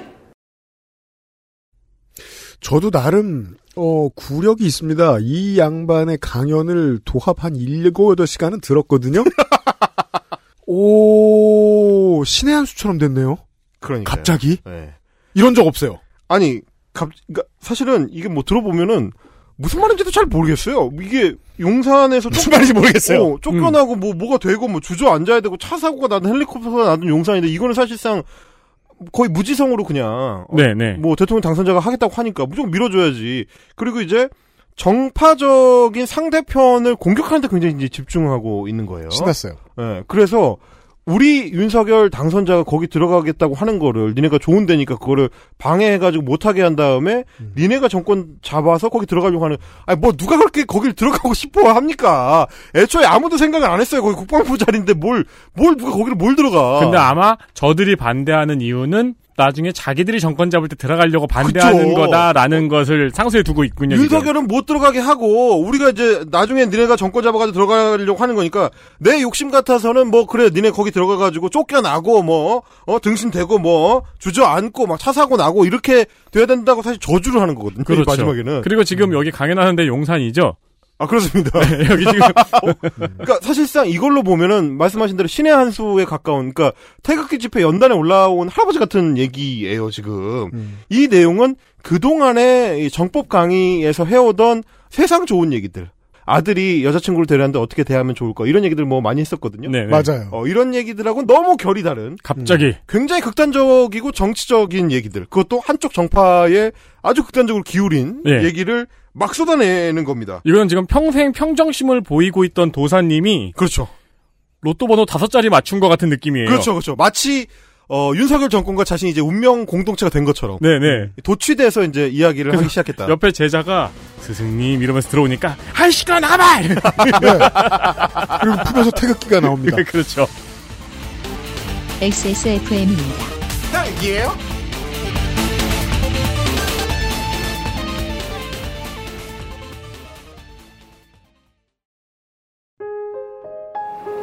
Speaker 3: 저도 나름 어, 구력이 있습니다. 이 양반의 강연을 도합 한 7, 8시간은 들었거든요. 오, 신의 한 수처럼 됐네요.
Speaker 9: 그러니까
Speaker 3: 갑자기? 이런 적 없어요.
Speaker 9: 아니, 갑, 그러니까 사실은 이게 뭐 들어보면은 무슨 말인지도 잘 모르겠어요. 이게 용산에서 무슨 말인지 모르겠어요. 쫓겨나고 뭐 뭐가 되고 뭐 주저앉아야 되고 차 사고가 나든 헬리콥터가 나든 용산인데 이거는 사실상 거의 무지성으로 그냥 어,
Speaker 4: 네네.
Speaker 9: 뭐 대통령 당선자가 하겠다고 하니까 무조건 밀어줘야지. 그리고 이제 정파적인 상대편을 공격하는데 굉장히 이제 집중하고 있는 거예요.
Speaker 3: 신났어요.
Speaker 9: 예, 그래서 우리 윤석열 당선자가 거기 들어가겠다고 하는 거를 니네가 좋은 데니까 그거를 방해해가지고 못하게 한 다음에 니네가 정권 잡아서 거기 들어가려고 하는 아니 뭐 누가 그렇게 거길 들어가고 싶어 합니까? 애초에 아무도 생각을 안 했어요. 거기 국방부 자리인데 뭘 뭘 누가 거기를 뭘 들어가?
Speaker 4: 근데 아마 저들이 반대하는 이유는 나중에 자기들이 정권 잡을 때 들어가려고 반대하는
Speaker 9: 그쵸.
Speaker 4: 거다라는 것을 상수에 두고 있군요. 지금.
Speaker 9: 윤석열은 못 들어가게 하고 우리가 이제 나중에 니네가 정권 잡아가지고 들어가려고 하는 거니까 내 욕심 같아서는 뭐 그래 니네 거기 들어가가지고 쫓겨나고 뭐 어, 등신되고 뭐 주저앉고 막 차 사고 나고 이렇게 돼야 된다고 사실 저주를 하는 거거든요. 이
Speaker 4: 그렇죠.
Speaker 9: 마지막에는 음.
Speaker 4: 그리고 지금 여기 강연하는데 용산이죠.
Speaker 9: 아 그렇습니다.
Speaker 4: 여기 지금
Speaker 9: 그러니까 사실상 이걸로 보면은 말씀하신 대로 신의 한 수에 가까운 그러니까 태극기 집회 연단에 올라온 할아버지 같은 얘기예요 지금 이 내용은 그동안의 이 정법 강의에서 해오던 세상 좋은 얘기들 아들이 여자친구를 데려왔는데 어떻게 대하면 좋을까 이런 얘기들 뭐 많이 했었거든요
Speaker 4: 네, 네.
Speaker 3: 맞아요.
Speaker 9: 어, 이런 얘기들하고 너무 결이 다른 음.
Speaker 4: 갑자기
Speaker 9: 굉장히 극단적이고 정치적인 얘기들 그것도 한쪽 정파에 아주 극단적으로 기울인
Speaker 4: 예.
Speaker 9: 얘기를 막 쏟아내는 겁니다
Speaker 4: 이건 지금 평생 평정심을 보이고 있던 도사님이
Speaker 9: 그렇죠
Speaker 4: 로또 번호 다섯 자리 맞춘 것 같은 느낌이에요.
Speaker 9: 그렇죠, 그렇죠. 마치 어, 윤석열 정권과 자신이 이제 운명 공동체가 된 것처럼
Speaker 4: 네네.
Speaker 9: 도취돼서 이제 이야기를 하기 시작했다.
Speaker 4: 옆에 제자가 스승님 이러면서 들어오니까 한 시간 남아. 이러면서
Speaker 3: 그리고 풀면서 태극기가 나옵니다.
Speaker 4: 그렇죠.
Speaker 1: XSFM입니다.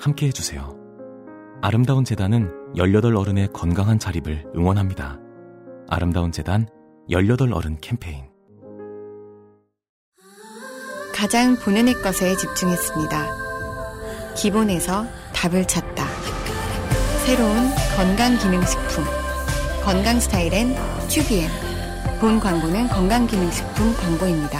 Speaker 5: 함께 해주세요. 아름다운 재단은 18 어른의 건강한 자립을 응원합니다. 아름다운 재단 18 어른 캠페인.
Speaker 11: 가장 본연의 것에 집중했습니다. 기본에서 답을 찾다. 새로운 건강기능식품. 건강 스타일엔 큐비엔. 본 광고는 건강기능식품 광고입니다.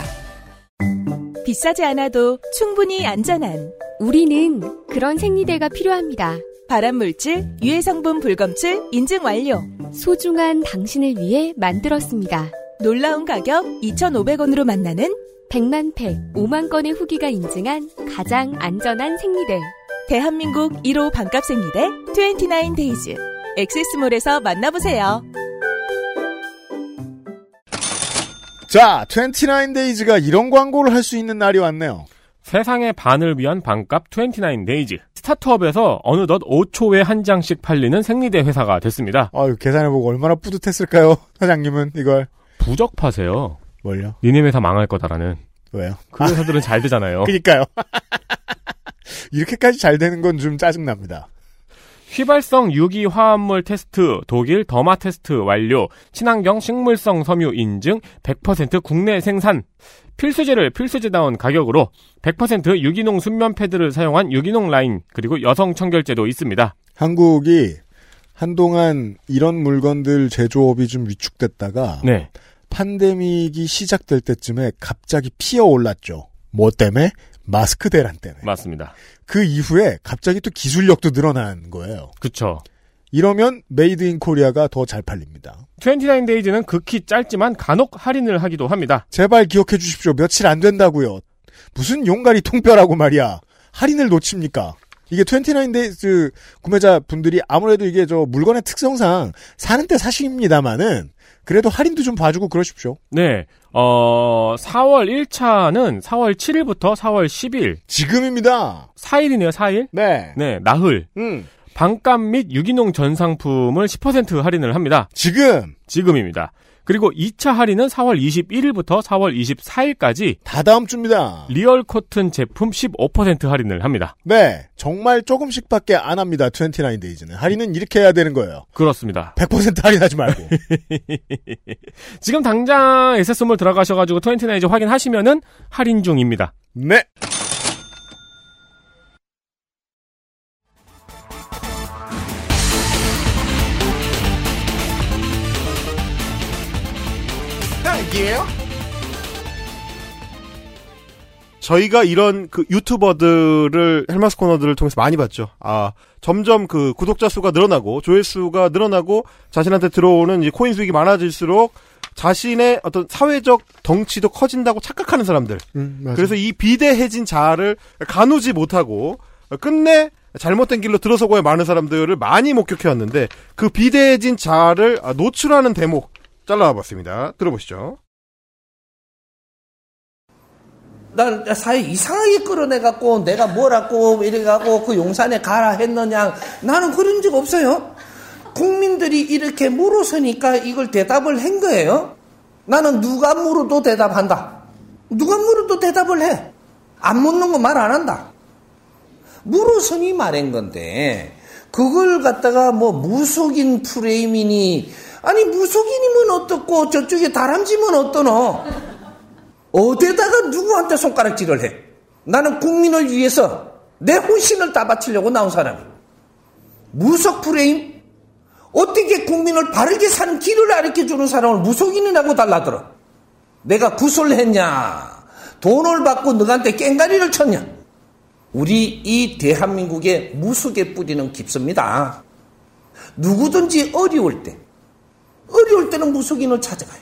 Speaker 7: 비싸지 않아도 충분히 안전한
Speaker 6: 우리는 그런 생리대가 필요합니다.
Speaker 7: 발암물질, 유해성분 불검출 인증 완료.
Speaker 6: 소중한 당신을 위해 만들었습니다.
Speaker 7: 놀라운 가격 2,500원으로 만나는
Speaker 6: 100만 팩, 5만 건의 후기가 인증한 가장 안전한 생리대.
Speaker 7: 대한민국 1호 반값 생리대 29데이즈. 엑세스몰에서 만나보세요.
Speaker 3: 자, 29데이즈가 이런 광고를 할 수 있는 날이 왔네요.
Speaker 4: 세상의 반을 위한 반값 29데이즈. 스타트업에서 어느덧 5초에 한 장씩 팔리는 생리대 회사가 됐습니다.
Speaker 3: 아유, 계산해보고 얼마나 뿌듯했을까요? 사장님은 이걸.
Speaker 4: 부적파세요.
Speaker 3: 뭘요?
Speaker 4: 니네 회사 망할 거다라는.
Speaker 3: 왜요? 아,
Speaker 4: 그 회사들은 잘 되잖아요.
Speaker 3: 그니까요. 이렇게까지 잘 되는 건 좀 짜증납니다.
Speaker 4: 휘발성 유기 화합물 테스트, 독일 더마 테스트 완료, 친환경 식물성 섬유 인증, 100% 국내 생산, 필수제를 필수제다운 가격으로 100% 유기농 순면 패드를 사용한 유기농 라인, 그리고 여성 청결제도 있습니다.
Speaker 3: 한국이 한동안 이런 물건들 제조업이 좀 위축됐다가
Speaker 4: 네.
Speaker 3: 팬데믹이 시작될 때쯤에 갑자기 피어 올랐죠. 뭐 때문에? 마스크 대란 때문에.
Speaker 4: 맞습니다.
Speaker 3: 그 이후에 갑자기 또 기술력도 늘어난 거예요.
Speaker 4: 그쵸.
Speaker 3: 이러면 메이드 인 코리아가 더 잘 팔립니다.
Speaker 4: 29데이즈는 극히 짧지만 간혹 할인을 하기도 합니다.
Speaker 3: 제발 기억해 주십시오. 며칠 안 된다고요. 무슨 용가리 통뼈라고 말이야. 할인을 놓칩니까? 이게 29데이즈 구매자 분들이 아무래도 이게 저 물건의 특성상 사는 때 사십니다만은 그래도 할인도 좀 봐주고 그러십시오.
Speaker 4: 네. 어, 4월 1차는 4월 7일부터 4월 10일.
Speaker 3: 지금입니다.
Speaker 4: 4일이네요, 4일?
Speaker 3: 네.
Speaker 4: 네, 나흘.
Speaker 3: 음.
Speaker 4: 반값 및 유기농 전 상품을 10% 할인을 합니다.
Speaker 3: 지금
Speaker 4: 지금입니다. 그리고 2차 할인은 4월 21일부터 4월 24일까지
Speaker 3: 다 다음 주입니다.
Speaker 4: 리얼 코튼 제품 15% 할인을 합니다.
Speaker 3: 네. 정말 조금씩밖에 안 합니다. 29데이즈는. 할인은 이렇게 해야 되는 거예요.
Speaker 4: 그렇습니다.
Speaker 3: 100% 할인하지 말고.
Speaker 4: 지금 당장 에세스몰 들어가셔가지고 29이즈 확인하시면은 할인 중입니다.
Speaker 3: 네.
Speaker 9: 저희가 이런 그 유튜버들을 헬마스 코너들을 통해서 많이 봤죠. 아 점점 그 구독자 수가 늘어나고 조회수가 늘어나고 자신한테 들어오는 이제 코인 수익이 많아질수록 자신의 어떤 사회적 덩치도 커진다고 착각하는 사람들.
Speaker 4: 음.
Speaker 9: 그래서 이 비대해진 자아를 가누지 못하고 끝내 잘못된 길로 들어서고의 많은 사람들을 많이 목격해왔는데 그 비대해진 자아를 아, 노출하는 대목 잘라봤습니다. 들어보시죠.
Speaker 10: 날 사회 이상하게 끌어내갖고 내가 뭐라고 이래갖고 그 용산에 가라 했느냐 나는 그런 적 없어요. 국민들이 이렇게 물어서니까 이걸 대답을 한 거예요. 나는 누가 물어도 대답한다. 누가 물어도 대답을 해. 안 묻는 거 말 안 한다. 물어서니 말한 건데 그걸 갖다가 뭐 무속인 프레임이니 아니 무속인이면 어떻고 저쪽에 다람쥐면 어떠노? 어디다가 누구한테 손가락질을 해? 나는 국민을 위해서 내 혼신을 다 바치려고 나온 사람이. 무속 프레임? 어떻게 국민을 바르게 사는 길을 가르쳐주는 사람을 무속인이라고 달라들어? 내가 구술을 했냐? 돈을 받고 너한테 깽가리를 쳤냐? 우리 이 대한민국의 무속의 뿌리는 깊습니다. 누구든지 어려울 때, 어려울 때는 무속인을 찾아가요.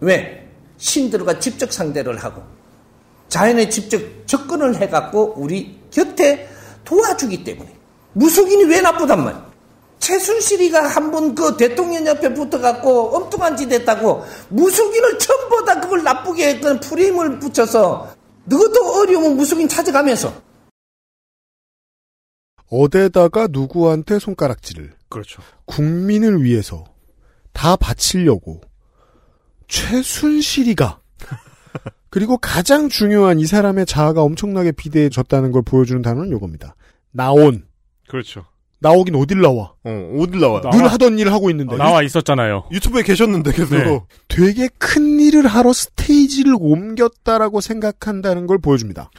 Speaker 10: 왜? 신들과 직접 상대를 하고, 자연에 직접 접근을 해갖고 우리 곁에 도와주기 때문에. 무속인이 왜 나쁘단 말이야? 최순실이가 한 번 그 대통령 옆에 붙어갖고 엉뚱한 짓 했다고 무속인을 전부 다 그걸 나쁘게 했던 프레임을 붙여서 너도 어려우면 무속인 찾아가면서
Speaker 3: 어디다가 누구한테 손가락질을.
Speaker 9: 그렇죠.
Speaker 3: 국민을 위해서 다 바치려고 최순실이가 그리고 가장 중요한 이 사람의 자아가 엄청나게 비대해졌다는 걸 보여주는 단어는 요겁니다. 나온.
Speaker 9: 그렇죠.
Speaker 3: 나오긴 어딜 나와.
Speaker 9: 어, 어딜 나와요? 어,
Speaker 3: 늘 하던 일을 하고 있는데.
Speaker 4: 나와 있었잖아요.
Speaker 9: 유튜브에 계셨는데 계속.
Speaker 3: 네. 되게 큰 일을 하러 스테이지를 옮겼다라고 생각한다는 걸 보여줍니다.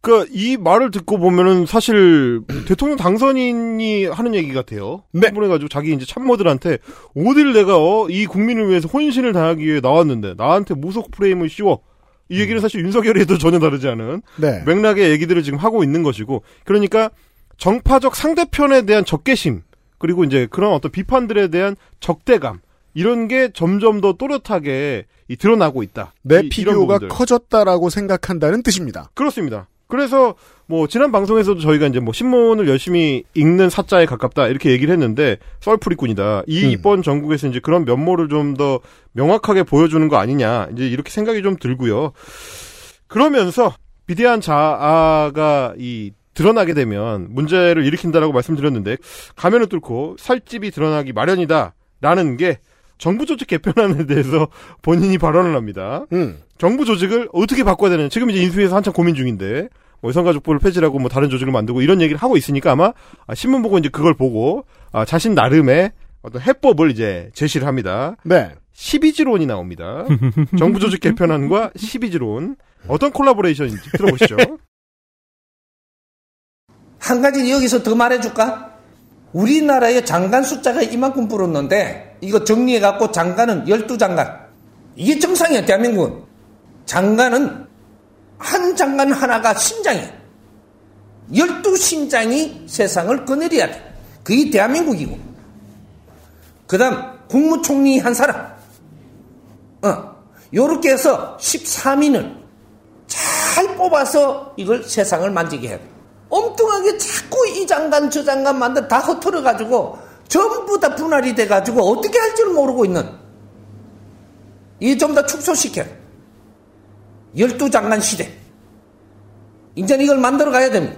Speaker 9: 그러니까 이 말을 듣고 보면은 사실 대통령 당선인이 하는 얘기 같아요. 네. 분해가지고 자기 이제 참모들한테 어딜 내가 어, 이 국민을 위해서 혼신을 다하기 위해 나왔는데 나한테 무속 프레임을 씌워. 이 얘기는 사실 윤석열이도 전혀 다르지 않은
Speaker 3: 네.
Speaker 9: 맥락의 얘기들을 지금 하고 있는 것이고 그러니까 정파적 상대편에 대한 적개심 그리고 이제 그런 어떤 비판들에 대한 적대감 이런 게 점점 더 또렷하게 이 드러나고 있다.
Speaker 3: 내
Speaker 9: 이- 이런
Speaker 3: 피규어가
Speaker 9: 부분들.
Speaker 3: 커졌다라고 생각한다는 뜻입니다.
Speaker 9: 그렇습니다. 그래서 뭐 지난 방송에서도 저희가 이제 뭐 신문을 열심히 읽는 사자에 가깝다 이렇게 얘기를 했는데 썰풀이꾼이다. 이 이번 전국에서 이제 그런 면모를 좀 더 명확하게 보여주는 거 아니냐 이제 이렇게 생각이 좀 들고요. 그러면서 비대한 자아가 이 드러나게 되면 문제를 일으킨다라고 말씀드렸는데 가면을 뚫고 살집이 드러나기 마련이다라는 게 정부 조직 개편안에 대해서 본인이 발언을 합니다. 정부 조직을 어떻게 바꿔야 되는 지금 이제 인수위에서 한참 고민 중인데 뭐 여성가족부를 폐지하고 뭐 다른 조직을 만들고 이런 얘기를 하고 있으니까 아마 아, 신문 보고 이제 그걸 보고 아, 자신 나름의 어떤 해법을 이제 제시를 합니다.
Speaker 3: 네.
Speaker 9: 12지론이 나옵니다. 정부 조직 개편안과 12지론 어떤 콜라보레이션인지 들어보시죠.
Speaker 10: 한 가지 여기서 더 말해줄까? 우리나라의 장관 숫자가 이만큼 불었는데 이거 정리해갖고 장관은 12장관 이게 정상이야 대한민국은 장관은 한 장관 하나가 심장이야 12심장이 세상을 거느려야 돼 그게 대한민국이고 그 다음 국무총리 한 사람 어, 요렇게 해서 13인을 잘 뽑아서 이걸 세상을 만지게 해야 돼 엉뚱하게 자꾸 이 장관 저 장관 만들 다 허투루 가지고 전부 다 분할이 돼 가지고 어떻게 할 줄 모르고 있는 이 좀 더 축소시켜 열두 장관 시대 이제 는 이걸 만들어 가야 됩니다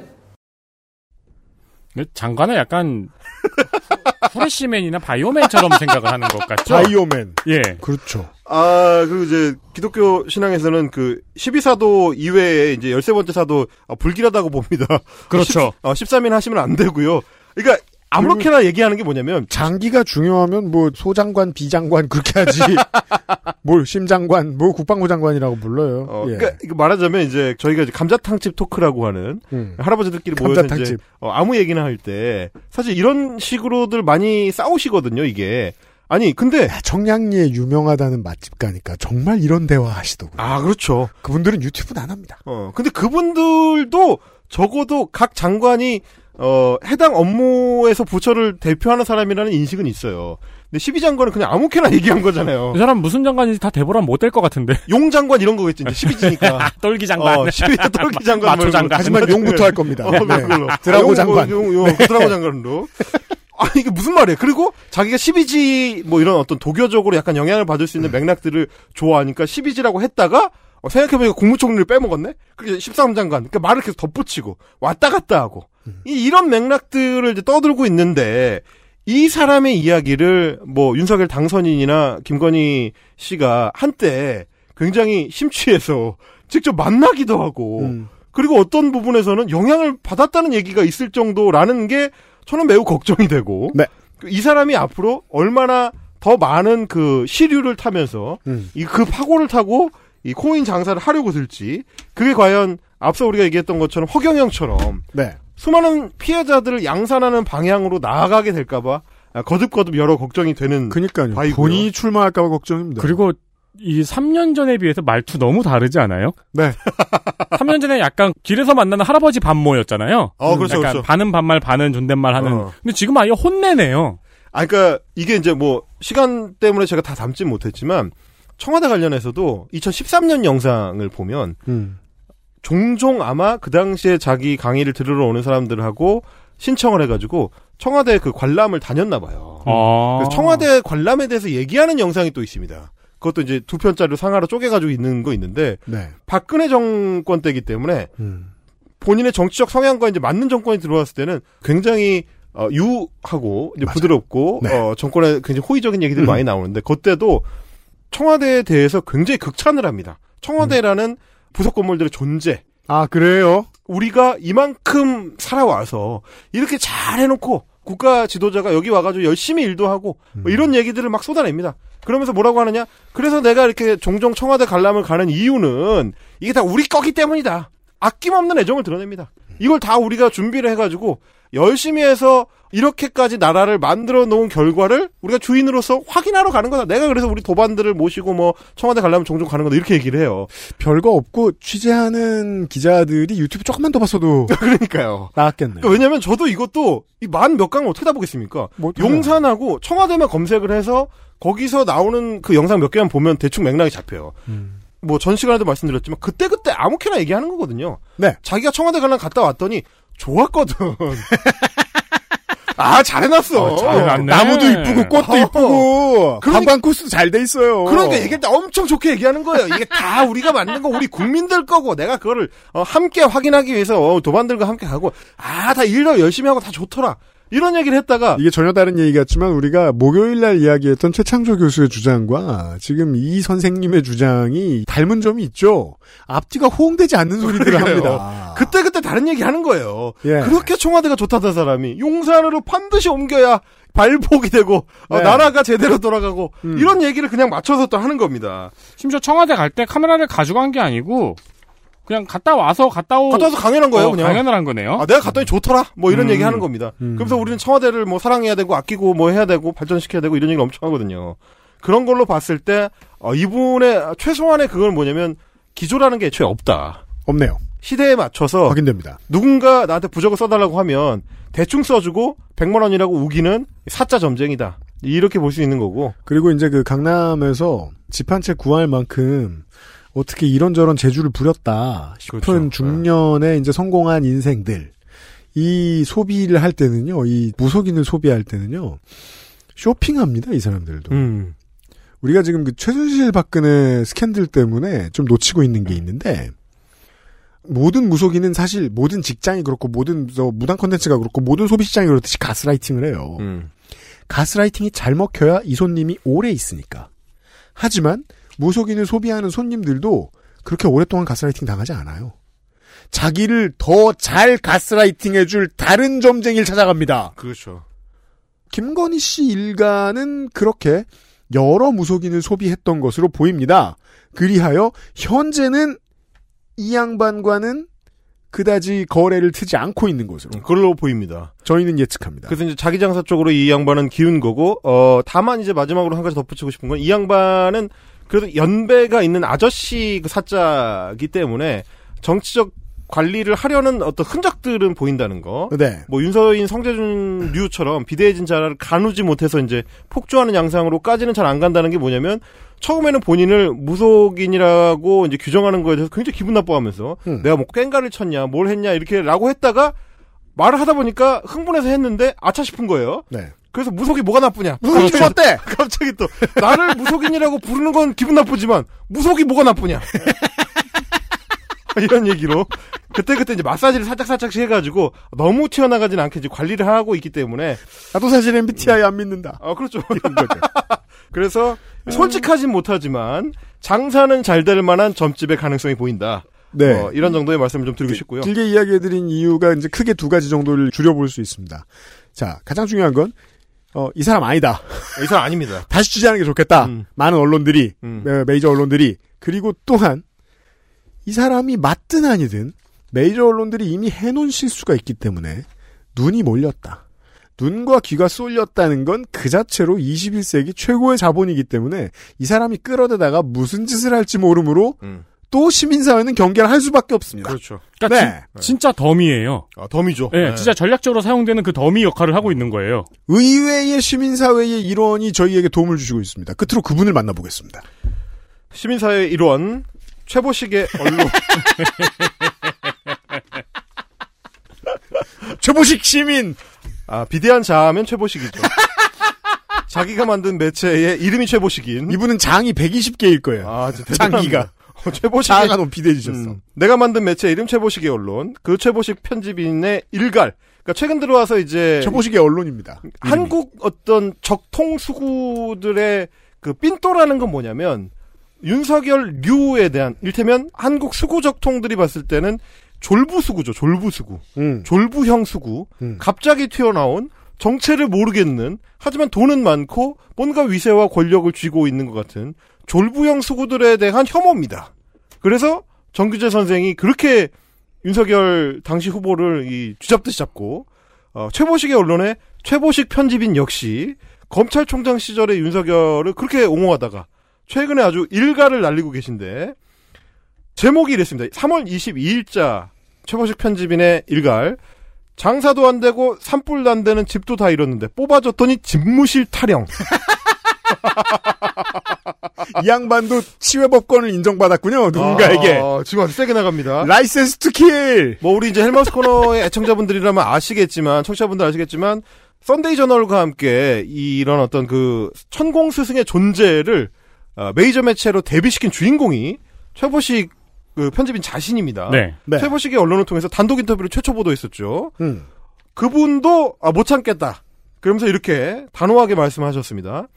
Speaker 4: 근데 그 장관은 약간 후레쉬맨이나 바이오맨처럼 생각을 하는 것 같죠?
Speaker 3: 바이오맨.
Speaker 4: 예.
Speaker 3: 그렇죠.
Speaker 9: 아, 그리고 이제 기독교 신앙에서는 그 12사도 이외에 이제 13번째 사도 아, 불길하다고 봅니다.
Speaker 4: 그렇죠.
Speaker 9: 10, 13인 하시면 안 되고요. 그러니까 아무렇게나 얘기하는 게 뭐냐면
Speaker 3: 장기가 중요하면 뭐 소장관, 비장관 그렇게 하지. 뭘 심장관, 뭐 국방부 장관이라고 불러요.
Speaker 9: 어,
Speaker 3: 예.
Speaker 9: 그러니까 이거 말하자면 이제 저희가 이제 감자탕집 토크라고 하는
Speaker 3: 음.
Speaker 9: 할아버지들끼리 모여서 이제
Speaker 3: 감자탕집.
Speaker 9: 어, 아무 얘기나 할 때 사실 이런 식으로들 많이 싸우시거든요. 이게 아니 근데
Speaker 3: 청량리에 유명하다는 맛집 가니까 정말 이런 대화 하시더군요.
Speaker 9: 아 그렇죠.
Speaker 3: 그분들은 유튜브는 안 합니다.
Speaker 9: 어, 근데 그분들도 적어도 각 장관이 어, 해당 업무에서 부처를 대표하는 사람이라는 인식은 있어요. 근데 12장관은 그냥 아무렇게나 얘기한 거잖아요.
Speaker 4: 이 사람 무슨 장관인지 다 대보라면 못 될 것 같은데.
Speaker 9: 용 장관 이런 거겠지 이제 12지니까.
Speaker 4: 떨기 장관.
Speaker 9: 어, 12 떨기 장관.
Speaker 4: 마초 장관.
Speaker 3: 하지만 용부터 할 겁니다.
Speaker 9: 어, 네.
Speaker 3: 네.
Speaker 9: 그걸로.
Speaker 3: 드라고
Speaker 9: 아, 용,
Speaker 3: 장관.
Speaker 9: 용, 용,
Speaker 3: 네.
Speaker 9: 드라고 장관으로. 아니 이게 무슨 말이에요? 그리고 자기가 12지 뭐 이런 어떤 도교적으로 약간 영향을 받을 수
Speaker 3: 네.
Speaker 9: 있는 맥락들을 좋아하니까 12지라고 했다가 어, 생각해보니까 국무총리를 빼먹었네. 그게 13장관. 그러니까 말을 계속 덧붙이고 왔다 갔다 하고
Speaker 3: 음.
Speaker 9: 이, 이런 맥락들을 이제 떠들고 있는데 이 사람의 이야기를 뭐 윤석열 당선인이나 김건희 씨가 한때 굉장히 심취해서 직접 만나기도 하고
Speaker 3: 음.
Speaker 9: 그리고 어떤 부분에서는 영향을 받았다는 얘기가 있을 정도라는 게 저는 매우 걱정이 되고 그이 사람이 앞으로 얼마나 더 많은 그 시류를 타면서
Speaker 3: 음.
Speaker 9: 이 그 파고를 타고 이 코인 장사를 하려고 들지 그게 과연 앞서 우리가 얘기했던 것처럼 허경영처럼
Speaker 3: 네.
Speaker 9: 수많은 피해자들을 양산하는 방향으로 나아가게 될까봐 거듭거듭 여러 걱정이 되는
Speaker 3: 그니까요.
Speaker 9: 바이고요.
Speaker 3: 본인이 출마할까봐 걱정입니다.
Speaker 4: 그리고 이 3년 전에 비해서 말투 너무 다르지 않아요?
Speaker 3: 네.
Speaker 4: 3년 전에 약간 길에서 만나는 할아버지 반모였잖아요.
Speaker 9: 어, 그렇죠,
Speaker 4: 약간
Speaker 9: 그렇죠.
Speaker 4: 반은 반말, 반은 존댓말 하는.
Speaker 9: 어.
Speaker 4: 근데 지금 아예 혼내네요.
Speaker 9: 아, 그러니까 이게 이제 뭐 시간 때문에 제가 다 담진 못했지만 청와대 관련해서도 2013년 영상을 보면
Speaker 3: 음.
Speaker 9: 종종 아마 그 당시에 자기 강의를 들으러 오는 사람들하고 신청을 해가지고 청와대 그 관람을 다녔나 봐요. 음.
Speaker 4: 아.
Speaker 9: 그래서 청와대 관람에 대해서 얘기하는 영상이 또 있습니다. 그것도 이제 두 편짜리로 상하로 쪼개가지고 있는 거 있는데
Speaker 3: 네. 음.
Speaker 9: 박근혜 정권 때기 때문에 본인의 정치적 성향과 이제 맞는 정권이 들어왔을 때는 굉장히 어, 유하고 이제 부드럽고 어, 정권에 굉장히 호의적인 얘기들이 많이 나오는데 그때도 청와대에 대해서 굉장히 극찬을 합니다. 청와대라는 부속 건물들의 존재.
Speaker 3: 아 그래요?
Speaker 9: 우리가 이만큼 살아와서 이렇게 잘 해놓고 국가 지도자가 여기 와가지고 열심히 일도 하고 뭐 이런 얘기들을 막 쏟아냅니다. 그러면서 뭐라고 하느냐? 그래서 내가 이렇게 종종 청와대 관람을 가는 이유는 이게 다 우리 거기 때문이다. 아낌없는 애정을 드러냅니다. 이걸 다 우리가 준비를 해가지고 열심히 해서 이렇게까지 나라를 만들어 놓은 결과를 우리가 주인으로서 확인하러 가는 거다. 내가 그래서 우리 도반들을 모시고 뭐 청와대 관람 종종 가는 거다. 이렇게 얘기를 해요.
Speaker 3: 별거 없고 취재하는 기자들이 유튜브 조금만 더 봤어도
Speaker 9: 그러니까요.
Speaker 3: 나왔겠네요.
Speaker 9: 그러니까 왜냐면 저도 이것도 이 만 몇 강을 어떻게 다 보겠습니까? 용산하고 청와대만 검색을 해서 거기서 나오는 그 영상 몇 개만 보면 대충 맥락이 잡혀요. 뭐 전 시간에도 말씀드렸지만 그때그때 아무렇게나 얘기하는 거거든요.
Speaker 3: 네.
Speaker 9: 자기가 청와대 관람 갔다 왔더니 좋았거든. 아 잘해놨어.
Speaker 3: 어, 잘해놨네. 그러니까 나무도 이쁘고 꽃도 이쁘고 관광 코스도 잘 돼 있어요.
Speaker 9: 그러니까 얘기할 때 엄청 좋게 얘기하는 거예요. 이게 다 우리가 만든 거 우리 국민들 거고 내가 그거를 어, 함께 확인하기 위해서 어, 도반들과 함께 하고 아 다 일을 열심히 하고 다 좋더라. 이런 얘기를
Speaker 4: 아.
Speaker 9: 했다가
Speaker 3: 이게 전혀 다른 얘기 같지만 우리가 목요일 날 이야기했던 최창조 교수의 주장과 지금 이 선생님의 주장이 닮은 점이 있죠. 앞뒤가 호응되지 않는 소리들을 합니다.
Speaker 9: 그때 그때 다른 얘기 하는 거예요.
Speaker 4: 네.
Speaker 3: 예.
Speaker 9: 그렇게 청와대가 좋다던 사람이 용산으로 반드시 옮겨야 발복이 되고 어,
Speaker 4: 네. 음.
Speaker 9: 나라가 제대로 돌아가고 이런 얘기를 그냥 맞춰서 또 하는 겁니다.
Speaker 4: 심지어 청와대 갈 때 카메라를 가지고 간 게 아니고 그냥 갔다 와서 갔다 오
Speaker 9: 갔다 와서 강연한 거예요,
Speaker 4: 어,
Speaker 9: 그냥.
Speaker 4: 강연을 한 거네요.
Speaker 9: 아, 내가 갔더니 좋더라? 뭐 이런
Speaker 4: 음.
Speaker 9: 얘기 하는 겁니다.
Speaker 4: 음.
Speaker 9: 그래서 우리는 청와대를 뭐 사랑해야 되고 아끼고 뭐 해야 되고 발전시켜야 되고 이런 얘기를 엄청 하거든요. 그런 걸로 봤을 때 어, 이분의 최소한의 그건 뭐냐면 기조라는 게 애초에 없다.
Speaker 3: 없네요.
Speaker 9: 시대에 맞춰서
Speaker 3: 확인됩니다.
Speaker 9: 누군가 나한테 부적을 써달라고 하면 대충 써주고 100만 원이라고 우기는 사자 점쟁이다. 이렇게 볼 수 있는 거고.
Speaker 3: 그리고 이제 그 강남에서 집 한 채 구할 만큼 어떻게 이런저런 재주를 부렸다 싶은
Speaker 9: 그렇죠. 네.
Speaker 3: 중년에 이제 성공한 인생들 이 소비를 할 때는요 이 무속인을 소비할 때는요 쇼핑합니다 이 사람들도
Speaker 4: 음.
Speaker 3: 우리가 지금 그 최순실 박근혜 스캔들 때문에 좀 놓치고 있는 게 있는데 모든 무속인은 사실 모든 직장이 그렇고 모든 저 무당 컨텐츠가 그렇고 모든 소비 시장이 그렇듯이 가스라이팅을 해요.
Speaker 9: 음.
Speaker 3: 가스라이팅이 잘 먹혀야 이 손님이 오래 있으니까. 하지만 무속인을 소비하는 손님들도 그렇게 오랫동안 가스라이팅 당하지 않아요. 자기를 더 잘 가스라이팅 해줄 다른 점쟁이를 찾아갑니다.
Speaker 9: 그렇죠.
Speaker 3: 김건희 씨 일가는 그렇게 여러 무속인을 소비했던 것으로 보입니다. 그리하여 현재는 이 양반과는 그다지 거래를 트지 않고 있는 것으로.
Speaker 9: 음, 그걸로 보입니다.
Speaker 3: 저희는 예측합니다.
Speaker 9: 그래서 이제 자기 장사 쪽으로 이 양반은 기운 거고, 어, 다만 이제 마지막으로 한 가지 덧붙이고 싶은 건 이 양반은 그래도 연배가 있는 아저씨 그 사자기 때문에 정치적 관리를 하려는 어떤 흔적들은 보인다는 거.
Speaker 3: 네.
Speaker 9: 뭐 윤서인 성재준 류처럼 비대해진 자를 가누지 못해서 이제 폭주하는 양상으로까지는 잘 안 간다는 게 뭐냐면 처음에는 본인을 무속인이라고 이제 규정하는 거에 대해서 굉장히 기분 나빠하면서 내가 뭐 꽹가를 쳤냐 뭘 했냐 이렇게라고 했다가 말을 하다 보니까 흥분해서 했는데 아차 싶은 거예요.
Speaker 3: 네.
Speaker 9: 그래서 무속이 뭐가 나쁘냐?
Speaker 3: 무속이
Speaker 9: 갑자기-
Speaker 3: 어때?
Speaker 9: 갑자기 또 나를 무속인이라고 부르는 건 기분 나쁘지만 무속이 뭐가 나쁘냐? 이런 얘기로 그때 그때 이제 마사지를 살짝 살짝씩 해가지고 너무 튀어나가진 않게 이제 관리를 하고 있기 때문에
Speaker 3: 나도 사실 MBTI 안 믿는다.
Speaker 9: 아 그렇죠. 음. 그래서 솔직하진 못하지만 장사는 잘 될 만한 점집의 가능성이 보인다.
Speaker 3: 네.
Speaker 9: 어, 이런 정도의 말씀을 좀 드리고 싶고요.
Speaker 3: 길게 이야기해드린 이유가 이제 크게 두 가지 정도를 줄여볼 수 있습니다. 자, 가장 중요한 건, 어, 이 사람 아니다.
Speaker 9: 이 사람 아닙니다.
Speaker 3: 다시 취재하는 게 좋겠다. 많은 음. 언론들이, 메- 메이저 언론들이. 그리고 또한, 이 사람이 맞든 아니든, 메이저 언론들이 이미 해놓은 실수가 있기 때문에 눈이 몰렸다. 눈과 귀가 쏠렸다는 건 그 자체로 21세기 최고의 자본이기 때문에 이 사람이 끌어대다가 무슨 짓을 할지 모르므로 또 시민사회는 경계를 할 수밖에 없습니다.
Speaker 9: 그렇죠.
Speaker 4: 그러니까 진- 진짜 덤이에요.
Speaker 9: 아, 덤이죠.
Speaker 4: 네,
Speaker 3: 네.
Speaker 4: 진짜 전략적으로 사용되는 그 덤이 역할을 하고 있는 거예요.
Speaker 3: 의외의 시민사회의 일원이 저희에게 도움을 주시고 있습니다. 끝으로 그분을 만나보겠습니다.
Speaker 9: 시민사회 일원 최보식의 언론
Speaker 3: 최보식 시민
Speaker 9: 아 비대한 자하면 최보식이죠. 자기가 만든 매체의 이름이 최보식인
Speaker 3: 이분은 장이 120개일 거예요.
Speaker 9: 아, 진짜 어,
Speaker 3: 장기가.
Speaker 9: 최보식
Speaker 3: 자아가 너무 비대해지셨어.
Speaker 9: 음, 내가 만든 매체 이름 최보식의 언론 그 최보식 편집인의 일갈. 그러니까 최근 들어와서 이제
Speaker 3: 최보식의 언론입니다.
Speaker 9: 음, 한국 어떤 적통 수구들의 그 삔또라는 건 뭐냐면 윤석열 류에 대한 일테면 한국 수구 적통들이 봤을 때는 졸부 수구죠. 졸부 수구. 졸부형 수구. 갑자기 튀어나온 정체를 모르겠는 하지만 돈은 많고 뭔가 위세와 권력을 쥐고 있는 것 같은 졸부형 수구들에 대한 혐오입니다. 그래서 정규재 선생이 그렇게 윤석열 당시 후보를 이 쥐잡듯이 잡고 어, 최보식의 언론에 최보식 편집인 역시 검찰총장 시절에 윤석열을 그렇게 옹호하다가 최근에 아주 일가를 날리고 계신데 제목이 이랬습니다. 3월 22일자 최보식 편집인의 일갈 장사도 안 되고 산불도 안 되는 집도 다 잃었는데 뽑아줬더니 집무실 타령.
Speaker 3: 이 양반도 치외법권을 인정받았군요. 누군가에게.
Speaker 9: 아, 지금 아주 세게 나갑니다.
Speaker 3: 라이센스 투킬.
Speaker 9: 뭐 우리 이제 헬마우스 코너의 애청자분들이라면 아시겠지만 청취자분들 아시겠지만 썬데이 저널과 함께 이런 어떤 그 천공 스승의 존재를 어, 메이저 매체로 데뷔시킨 주인공이 최보식 그 편집인 자신입니다.
Speaker 4: 네. 네.
Speaker 9: 최보식의 언론을 통해서 단독 인터뷰를 최초 보도했었죠.
Speaker 3: 음.
Speaker 9: 그분도 아, 못 참겠다. 그러면서 이렇게 단호하게 말씀하셨습니다.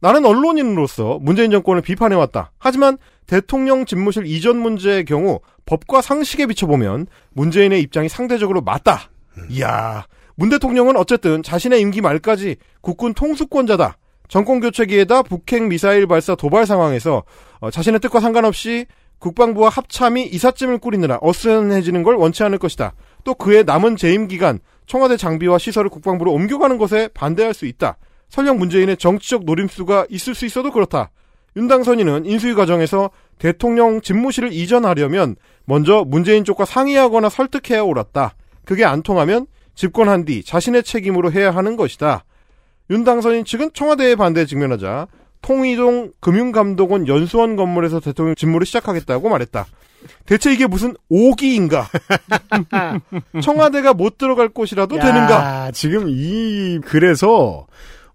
Speaker 9: 나는 언론인으로서 문재인 정권을 비판해왔다. 하지만 대통령 집무실 이전 문제의 경우 법과 상식에 비춰보면 문재인의 입장이 상대적으로 맞다. 이야. 문 대통령은 어쨌든 자신의 임기 말까지 국군 통수권자다. 정권 교체기에다 북핵 미사일 발사 도발 상황에서 어, 자신의 뜻과 상관없이 국방부와 합참이 이삿짐을 꾸리느라 어수선해지는 걸 원치 않을 것이다. 또 그의 남은 재임 기간 청와대 장비와 시설을 국방부로 옮겨가는 것에 반대할 수 있다. 설령 문재인의 정치적 노림수가 있을 수 있어도 그렇다. 윤당선인은 인수위 과정에서 대통령 집무실을 이전하려면 먼저 문재인 쪽과 상의하거나 설득해야 옳았다. 그게 안 통하면 집권한 뒤 자신의 책임으로 해야 하는 것이다. 윤당선인 측은 청와대의 반대에 직면하자 통이동 금융감독원 연수원 건물에서 대통령 직무를 시작하겠다고 말했다. 대체 이게 무슨 오기인가? 청와대가 못 들어갈 곳이라도 되는가?
Speaker 3: 야, 지금 이 글에서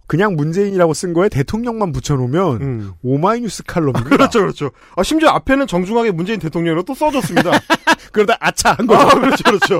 Speaker 3: 그냥 문재인이라고 쓴 거에 대통령만 붙여놓으면 오마이뉴스 칼럼입니다.
Speaker 9: 음. 그렇죠, 그렇죠. 아, 심지어 앞에는 정중하게 문재인 대통령으로 또 써줬습니다.
Speaker 3: 그러다 아차 한 거죠.
Speaker 9: 아, 그렇죠, 그렇죠.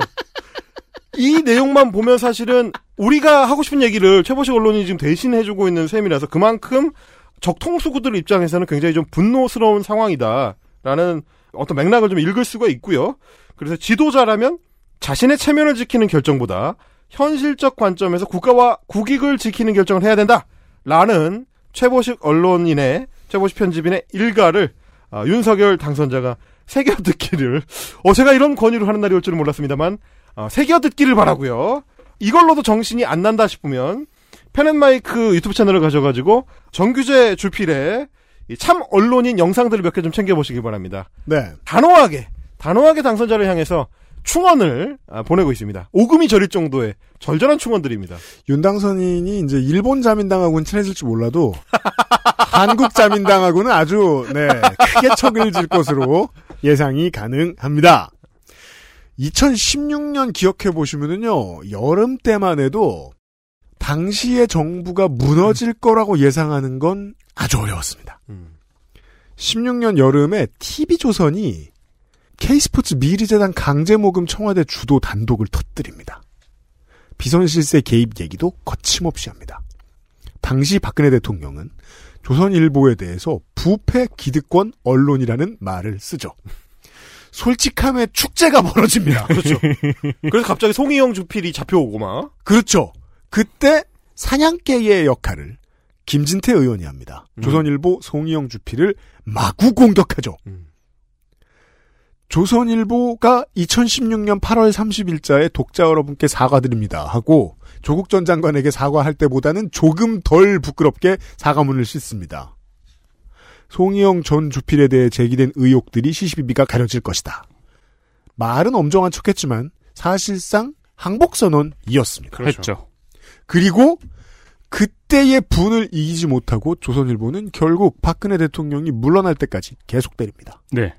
Speaker 9: 이 내용만 보면 사실은 우리가 하고 싶은 얘기를 최보식 언론이 지금 대신 해주고 있는 셈이라서 그만큼 적통수구들 입장에서는 굉장히 좀 분노스러운 상황이다라는 어떤 맥락을 좀 읽을 수가 있고요. 그래서 지도자라면 자신의 체면을 지키는 결정보다 현실적 관점에서 국가와 국익을 지키는 결정을 해야 된다라는 최보식 언론인의 최보식 편집인의 일가를 아, 윤석열 당선자가 새겨 듣기를 어 제가 이런 권유를 하는 날이 올 줄은 몰랐습니다만 어, 새겨 듣기를 바라고요. 이걸로도 정신이 안 난다 싶으면 펜앤마이크 유튜브 채널을 가셔가지고 정규제 주필에 이참 언론인 영상들을 몇 개 좀 챙겨보시기 바랍니다.
Speaker 3: 네.
Speaker 9: 단호하게 단호하게 당선자를 향해서 충원을 아, 보내고 있습니다. 오금이 저릴 정도의 절절한 충원들입니다.
Speaker 3: 윤당선인이 이제 일본 자민당하고는 친해질지 몰라도 한국 자민당하고는 아주 네, 크게 척을 질 것으로 예상이 가능합니다. 2016년 기억해 보시면은요 여름 때만 해도 당시의 정부가 무너질 거라고 예상하는 건 아주 어려웠습니다. 16년 여름에 TV 조선이 K스포츠 미리재단 강제모금 청와대 주도 단독을 터뜨립니다. 비선실세 개입 얘기도 거침없이 합니다. 당시 박근혜 대통령은 조선일보에 대해서 부패 기득권 언론이라는 말을 쓰죠. 솔직함의 축제가 벌어집니다.
Speaker 9: 그렇죠. 그래서 갑자기 송희영 주필이 잡혀오고 막
Speaker 3: 그렇죠. 그때 사냥개의 역할을 김진태 의원이 합니다. 조선일보 송희영 주필을 마구 공격하죠. 조선일보가 2016년 8월 30일자에 독자 여러분께 사과드립니다 하고 조국 전 장관에게 사과할 때보다는 조금 덜 부끄럽게 사과문을 씻습니다. 송희영 전 주필에 대해 제기된 의혹들이 시시비비가 가려질 것이다. 말은 엄정한 척했지만 사실상 항복선언이었습니다.
Speaker 4: 그렇죠.
Speaker 3: 그리고 그때의 분을 이기지 못하고 조선일보는 결국 박근혜 대통령이 물러날 때까지 계속 때립니다.
Speaker 4: 네.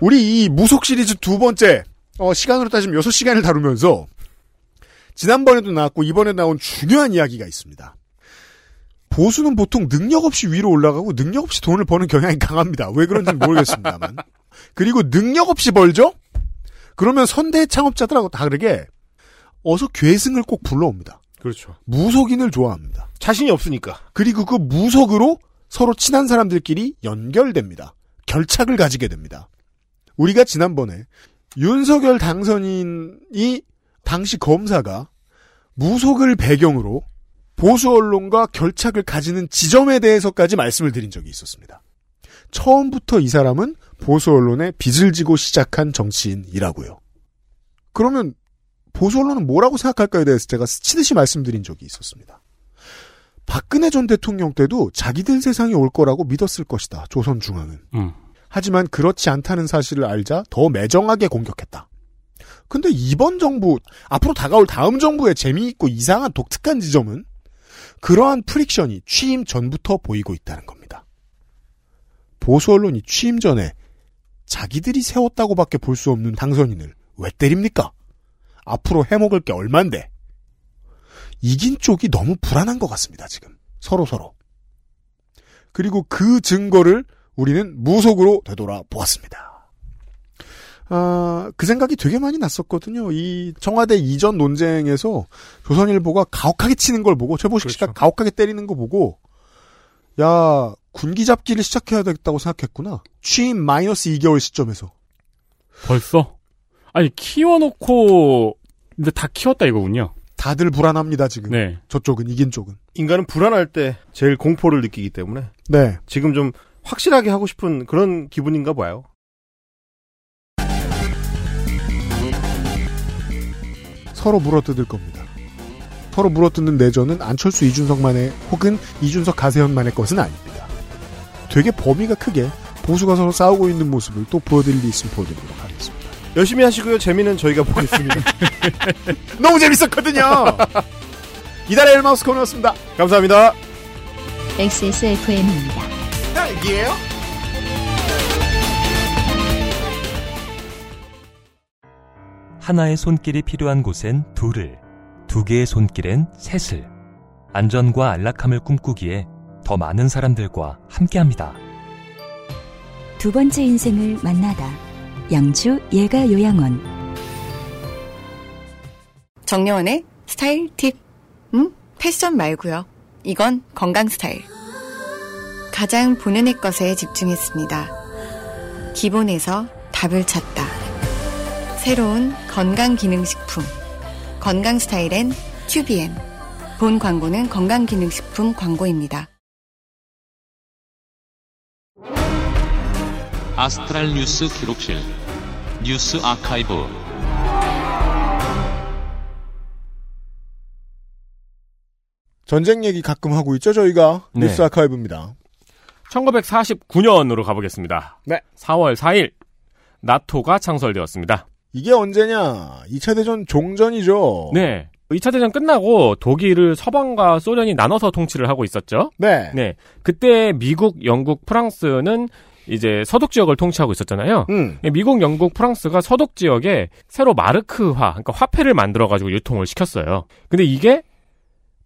Speaker 3: 우리 이 무속 시리즈 두 번째 어, 시간으로 따지면 6시간을 다루면서 지난번에도 나왔고 이번에 나온 중요한 이야기가 있습니다. 보수는 보통 능력 없이 위로 올라가고 능력 없이 돈을 버는 경향이 강합니다. 왜 그런지는 모르겠습니다만. 그리고 능력 없이 벌죠? 그러면 선대 창업자들하고 다르게 어서 괴승을 꼭 불러옵니다.
Speaker 9: 그렇죠.
Speaker 3: 무속인을 좋아합니다.
Speaker 9: 자신이 없으니까.
Speaker 3: 그리고 그 무속으로 서로 친한 사람들끼리 연결됩니다. 결착을 가지게 됩니다. 우리가 지난번에 윤석열 당선인이 당시 검사가 무속을 배경으로 보수 언론과 결착을 가지는 지점에 대해서까지 말씀을 드린 적이 있었습니다. 처음부터 이 사람은 보수 언론에 빚을 지고 시작한 정치인이라고요. 그러면 보수 언론은 뭐라고 생각할까에 대해서 제가 스치듯이 말씀드린 적이 있었습니다. 박근혜 전 대통령 때도 자기들 세상이 올 거라고 믿었을 것이다. 조선중앙은.
Speaker 4: 음.
Speaker 3: 하지만 그렇지 않다는 사실을 알자 더 매정하게 공격했다. 근데 이번 정부, 앞으로 다가올 다음 정부의 재미있고 이상한 독특한 지점은 그러한 프릭션이 취임 전부터 보이고 있다는 겁니다. 보수 언론이 취임 전에 자기들이 세웠다고밖에 볼 수 없는 당선인을 왜 때립니까? 앞으로 해먹을 게 얼만데. 이긴 쪽이 너무 불안한 것 같습니다, 지금. 서로서로. 그리고 그 증거를 우리는 무속으로 되돌아 보았습니다. 아, 그 생각이 되게 많이 났었거든요. 이 청와대 이전 논쟁에서 조선일보가 가혹하게 치는 걸 보고, 최보식 씨가 가혹하게 때리는 거 보고, 야, 군기 잡기를 시작해야 되겠다고 생각했구나. 취임 마이너스 2개월 시점에서.
Speaker 4: 벌써? 아니 키워놓고 근데 다 키웠다 이거군요.
Speaker 3: 다들 불안합니다 지금.
Speaker 4: 네.
Speaker 3: 저쪽은 이긴 쪽은.
Speaker 9: 인간은 불안할 때 제일 공포를 느끼기 때문에
Speaker 3: 네.
Speaker 9: 지금 좀 확실하게 하고 싶은 그런 기분인가 봐요.
Speaker 3: 서로 물어뜯을 겁니다. 서로 물어뜯는 내전은 안철수 이준석만의 혹은 이준석 가세현만의 것은 아닙니다. 되게 범위가 크게 보수가 서로 싸우고 있는 모습을 또 보여드릴 일 있으면 보여드리도록 하겠습니다.
Speaker 9: 열심히 하시고요. 재미는 저희가 보겠습니다.
Speaker 3: 너무 재밌었거든요. 이달의 헬마우스 코너였습니다.
Speaker 9: 감사합니다.
Speaker 1: XSFM입니다.
Speaker 3: 요
Speaker 5: 하나의 손길이 필요한 곳엔 둘을, 두 개의 손길엔 셋을. 안전과 안락함을 꿈꾸기에 더 많은 사람들과 함께합니다.
Speaker 8: 두 번째 인생을 만나다. 양주 예가 요양원.
Speaker 11: 정려원의 스타일 팁. 음? 패션 말고요. 이건 건강 스타일. 가장 보는 애 것에 집중했습니다. 기본에서 답을 찾다. 새로운 건강 기능 식품. 건강 스타일엔 큐비엔. 본 광고는 건강 기능 식품 광고입니다.
Speaker 12: 아스트랄 뉴스 기록실 뉴스 아카이브
Speaker 3: 전쟁 얘기 가끔 하고 있죠 저희가
Speaker 4: 네.
Speaker 3: 뉴스 아카이브입니다.
Speaker 4: 1949년으로 가보겠습니다.
Speaker 3: 네.
Speaker 4: 4월 4일 나토가 창설되었습니다.
Speaker 3: 이게 언제냐? 2차 대전 종전이죠.
Speaker 4: 네. 2차 대전 끝나고 독일을 서방과 소련이 나눠서 통치를 하고 있었죠.
Speaker 3: 네.
Speaker 4: 그때 미국, 영국, 프랑스는 이제 서독 지역을 통치하고 있었잖아요.
Speaker 3: 음,
Speaker 4: 예, 미국, 영국, 프랑스가 서독 지역에 새로 마르크화, 그러니까 화폐를 만들어 가지고 유통을 시켰어요. 근데 이게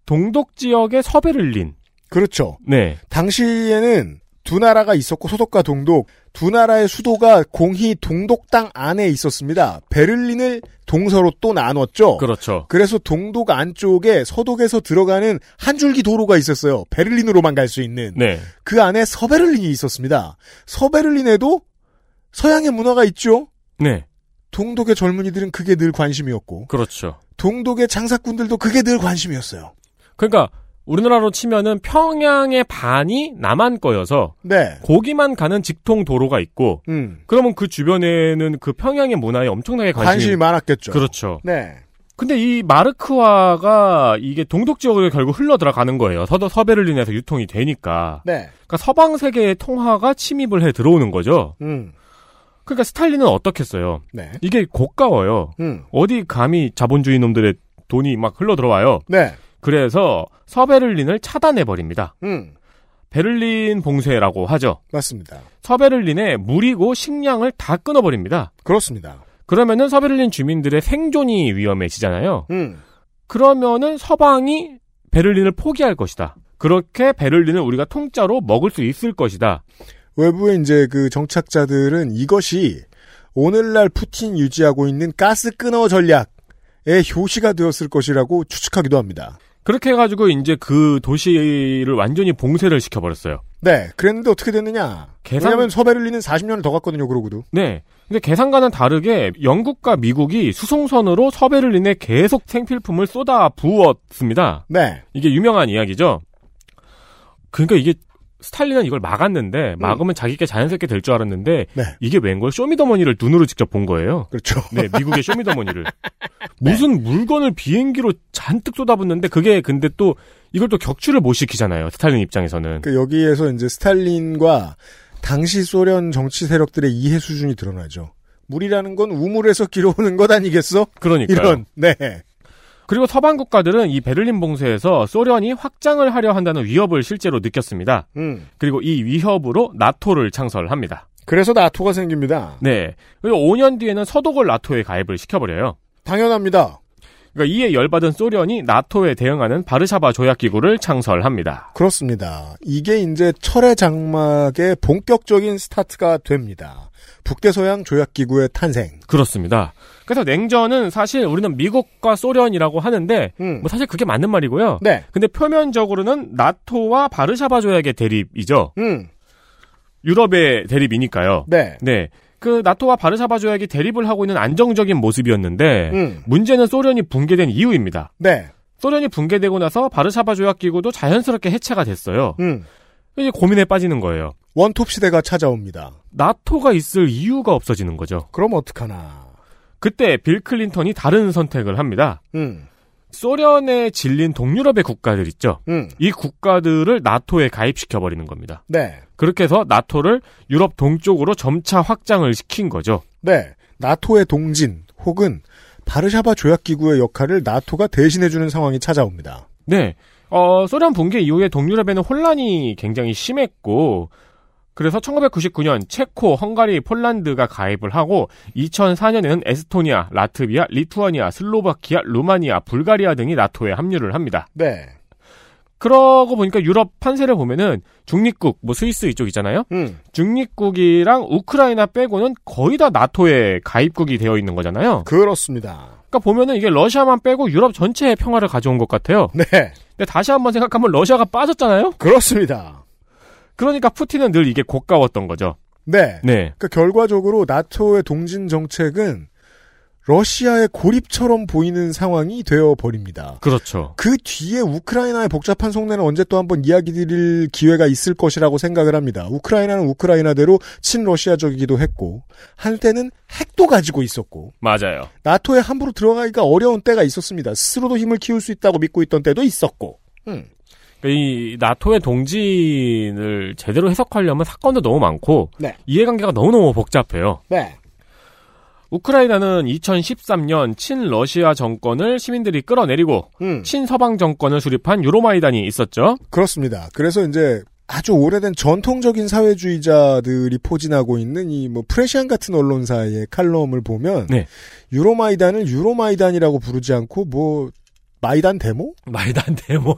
Speaker 4: 동독 지역의 서베를린.
Speaker 3: 그렇죠.
Speaker 4: 네.
Speaker 3: 당시에는 두 나라가 있었고 소독과 동독 두 나라의 수도가 공히 동독 땅 안에 있었습니다. 베를린을 동서로 또 나눴죠.
Speaker 4: 그렇죠.
Speaker 3: 그래서 동독 안쪽에 서독에서 들어가는 한 줄기 도로가 있었어요. 베를린으로만 갈 수 있는.
Speaker 4: 네.
Speaker 3: 그 안에 서베를린이 있었습니다. 서베를린에도 서양의 문화가 있죠.
Speaker 4: 네.
Speaker 3: 동독의 젊은이들은 그게 늘 관심이었고
Speaker 4: 그렇죠.
Speaker 3: 동독의 장사꾼들도 그게 늘 관심이었어요.
Speaker 4: 그러니까 우리나라로 치면은 평양의 반이 남한 거여서
Speaker 3: 네.
Speaker 4: 거기만 가는 직통 도로가 있고
Speaker 3: 음.
Speaker 4: 그러면 그 주변에는 그 평양의 문화에 엄청나게 관심이,
Speaker 3: 관심이 많았겠죠.
Speaker 4: 그렇죠.
Speaker 3: 네.
Speaker 4: 근데 이 마르크화가 이게 동독 지역으로 결국 흘러 들어가는 거예요. 서도 서베를린에서 유통이 되니까.
Speaker 3: 네.
Speaker 4: 그러니까 서방 세계의 통화가 침입을 해 들어오는 거죠.
Speaker 3: 음.
Speaker 4: 그러니까 스탈린은 어떻겠어요?
Speaker 3: 네.
Speaker 4: 이게 고가워요.
Speaker 3: 음.
Speaker 4: 어디 감히 자본주의 놈들의 돈이 막 흘러 들어와요.
Speaker 3: 네.
Speaker 4: 그래서 서베를린을 차단해 버립니다.
Speaker 3: 음.
Speaker 4: 베를린 봉쇄라고 하죠.
Speaker 3: 맞습니다.
Speaker 4: 서베를린에 물이고 식량을 다 끊어버립니다.
Speaker 3: 그렇습니다.
Speaker 4: 그러면은 서베를린 주민들의 생존이 위험해지잖아요.
Speaker 3: 음.
Speaker 4: 그러면은 서방이 베를린을 포기할 것이다. 그렇게 베를린을 우리가 통짜로 먹을 수 있을 것이다.
Speaker 3: 외부의 이제 그 정착자들은 이것이 오늘날 푸틴 유지하고 있는 가스 끊어 전략의 효시가 되었을 것이라고 추측하기도 합니다.
Speaker 4: 그렇게 해가지고 이제 그 도시를 완전히 봉쇄를 시켜버렸어요.
Speaker 3: 네. 그랬는데 어떻게 됐느냐?
Speaker 4: 계산-
Speaker 3: 왜냐하면 서베를린은 40년을 더 갔거든요. 그러고도.
Speaker 4: 네. 근데 계산과는 다르게 영국과 미국이 수송선으로 서베를린에 계속 생필품을 쏟아 부었습니다.
Speaker 3: 네.
Speaker 4: 이게 유명한 이야기죠. 그러니까 이게 스탈린은 이걸 막았는데 막으면 자기께 자연스럽게 될 줄 알았는데 이게 웬 걸 쇼미더머니를 눈으로 직접 본 거예요.
Speaker 3: 그렇죠.
Speaker 4: 네, 미국의 쇼미더머니를 무슨 물건을 비행기로 잔뜩 쏟아붓는데 그게 근데 또 이걸 또 격추를 못 시키잖아요. 스탈린 입장에서는.
Speaker 3: 그 여기에서 이제 스탈린과 당시 소련 정치 세력들의 이해 수준이 드러나죠. 물이라는 건 우물에서 길어오는 것 아니겠어?
Speaker 4: 그러니까요.
Speaker 3: 이런 네.
Speaker 4: 그리고 서방 국가들은 이 베를린 봉쇄에서 소련이 확장을 하려 한다는 위협을 실제로 느꼈습니다.
Speaker 3: 음.
Speaker 4: 그리고 이 위협으로 나토를 창설합니다.
Speaker 3: 그래서 나토가 생깁니다.
Speaker 4: 네. 그리고 5년 뒤에는 서독을 나토에 가입을 시켜버려요.
Speaker 3: 당연합니다.
Speaker 4: 그러니까 이에 열받은 소련이 나토에 대응하는 바르샤바 조약 기구를 창설합니다.
Speaker 3: 그렇습니다. 이게 이제 철의 장막의 본격적인 스타트가 됩니다. 북대서양 조약기구의 탄생.
Speaker 4: 그렇습니다. 그래서 냉전은 사실 우리는 미국과 소련이라고 하는데 뭐 사실 그게 맞는 말이고요.
Speaker 3: 음. 네.
Speaker 4: 근데 표면적으로는 나토와 바르샤바 조약의 대립이죠.
Speaker 3: 음.
Speaker 4: 유럽의 대립이니까요.
Speaker 3: 네.
Speaker 4: 그 나토와 바르샤바 조약이 대립을 하고 있는 안정적인 모습이었는데
Speaker 3: 음.
Speaker 4: 문제는 소련이 붕괴된 이유입니다.
Speaker 3: 네.
Speaker 4: 소련이 붕괴되고 나서 바르샤바 조약 기구도 자연스럽게 해체가 됐어요.
Speaker 3: 음.
Speaker 4: 이제 고민에 빠지는 거예요.
Speaker 3: 원톱 시대가 찾아옵니다.
Speaker 4: 나토가 있을 이유가 없어지는 거죠.
Speaker 3: 그럼 어떡하나.
Speaker 4: 그때 빌 클린턴이 다른 선택을 합니다.
Speaker 3: 음.
Speaker 4: 소련에 질린 동유럽의 국가들 있죠. 이 국가들을 나토에 가입시켜 버리는 겁니다.
Speaker 3: 네.
Speaker 4: 그렇게 해서 나토를 유럽 동쪽으로 점차 확장을 시킨 거죠.
Speaker 3: 네. 나토의 동진 혹은 바르샤바 조약기구의 역할을 나토가 대신해주는 상황이 찾아옵니다.
Speaker 4: 네. 어, 소련 붕괴 이후에 동유럽에는 혼란이 굉장히 심했고, 그래서 1999년 체코, 헝가리, 폴란드가 가입을 하고, 2004년에는 에스토니아, 라트비아, 리투아니아, 슬로바키아, 루마니아, 불가리아 등이 나토에 합류를 합니다.
Speaker 3: 네.
Speaker 4: 그러고 보니까 유럽 판세를 보면은 중립국, 뭐 스위스 이쪽 있잖아요?
Speaker 3: 음.
Speaker 4: 중립국이랑 우크라이나 빼고는 거의 다 나토에 가입국이 되어 있는 거잖아요?
Speaker 3: 그렇습니다.
Speaker 4: 그러니까 보면은 이게 러시아만 빼고 유럽 전체의 평화를 가져온 것 같아요.
Speaker 3: 네.
Speaker 4: 근데 다시 한번 생각하면 러시아가 빠졌잖아요?
Speaker 3: 그렇습니다.
Speaker 4: 그러니까 푸틴은 늘 이게 고가웠던 거죠.
Speaker 3: 네.
Speaker 4: 네.
Speaker 3: 그러니까 결과적으로 나토의 동진 정책은 러시아의 고립처럼 보이는 상황이 되어 버립니다.
Speaker 4: 그렇죠.
Speaker 3: 그 뒤에 우크라이나의 복잡한 속내는 언제 또 한번 이야기 드릴 기회가 있을 것이라고 생각을 합니다. 우크라이나는 우크라이나대로 친러시아적이기도 했고 한때는 핵도 가지고 있었고
Speaker 4: 맞아요.
Speaker 3: 나토에 함부로 들어가기가 어려운 때가 있었습니다. 스스로도 힘을 키울 수 있다고 믿고 있던 때도 있었고 음.
Speaker 4: 그러니까 이 나토의 동진을 제대로 해석하려면 사건도 너무 많고
Speaker 3: 네.
Speaker 4: 이해관계가 너무너무 복잡해요.
Speaker 3: 네.
Speaker 4: 우크라이나는 2013년 친러시아 정권을 시민들이 끌어내리고
Speaker 3: 음.
Speaker 4: 친서방 정권을 수립한 유로마이단이 있었죠.
Speaker 3: 그렇습니다. 그래서 이제 아주 오래된 전통적인 사회주의자들이 포진하고 있는 이 뭐 프레시안 같은 언론사의 칼럼을 보면
Speaker 4: 네.
Speaker 3: 유로마이단을 유로마이단이라고 부르지 않고 뭐 마이단 데모?
Speaker 4: 마이단 데모.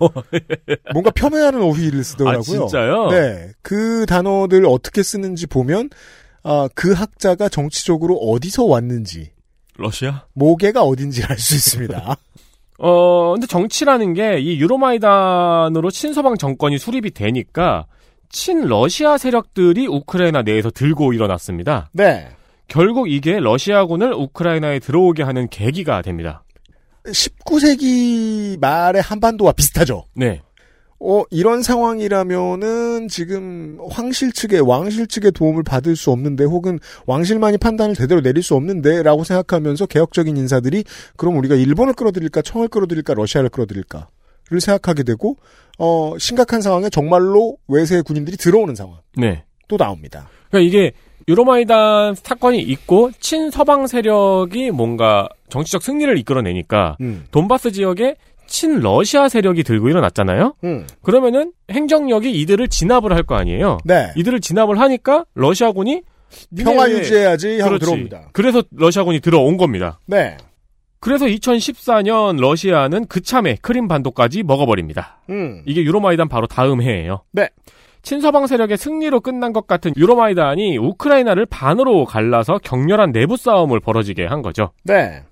Speaker 3: 뭔가 폄훼하는 어휘를 쓰더라고요.
Speaker 4: 뭐. 아, 진짜요?
Speaker 3: 네. 그 단어들 어떻게 쓰는지 보면 아, 그 학자가 정치적으로 어디서 왔는지
Speaker 4: 러시아?
Speaker 3: 모계가 어딘지를 알 수 있습니다.
Speaker 4: 어, 근데 정치라는 게 이 유로마이단으로 친서방 정권이 수립이 되니까 친러시아 세력들이 우크라이나 내에서 들고 일어났습니다.
Speaker 3: 네.
Speaker 4: 결국 이게 러시아군을 우크라이나에 들어오게 하는 계기가 됩니다.
Speaker 3: 19세기 말의 한반도와 비슷하죠.
Speaker 4: 네.
Speaker 3: 어, 이런 상황이라면은 지금 황실 측에, 왕실 측의 도움을 받을 수 없는데 혹은 왕실만이 판단을 제대로 내릴 수 없는데 라고 생각하면서 개혁적인 인사들이 그럼 우리가 일본을 끌어들일까, 청을 끌어들일까, 러시아를 끌어들일까. 를 생각하게 되고 어 심각한 상황에 정말로 외세 군인들이 들어오는 상황
Speaker 4: 네.
Speaker 3: 또 나옵니다.
Speaker 4: 그러니까 이게 유로마이단 사건이 있고 친서방 세력이 뭔가 정치적 승리를 이끌어내니까 돈바스 지역에 친러시아 세력이 들고 일어났잖아요.
Speaker 3: 음.
Speaker 4: 그러면은 행정력이 이들을 진압을 할 거 아니에요.
Speaker 3: 네.
Speaker 4: 이들을 진압을 하니까 러시아군이
Speaker 3: 평화
Speaker 4: 니네 왜-
Speaker 3: 유지해야지 하고
Speaker 4: 그렇지.
Speaker 3: 들어옵니다.
Speaker 4: 그래서 러시아군이 들어온 겁니다.
Speaker 3: 네.
Speaker 4: 그래서 2014년 러시아는 그참에 크림 반도까지 먹어버립니다.
Speaker 3: 음.
Speaker 4: 이게 유로마이단 바로 다음 해예요.
Speaker 3: 네.
Speaker 4: 친서방 세력의 승리로 끝난 것 같은 유로마이단이 우크라이나를 반으로 갈라서 격렬한 내부 싸움을 벌어지게 한 거죠.
Speaker 3: 네.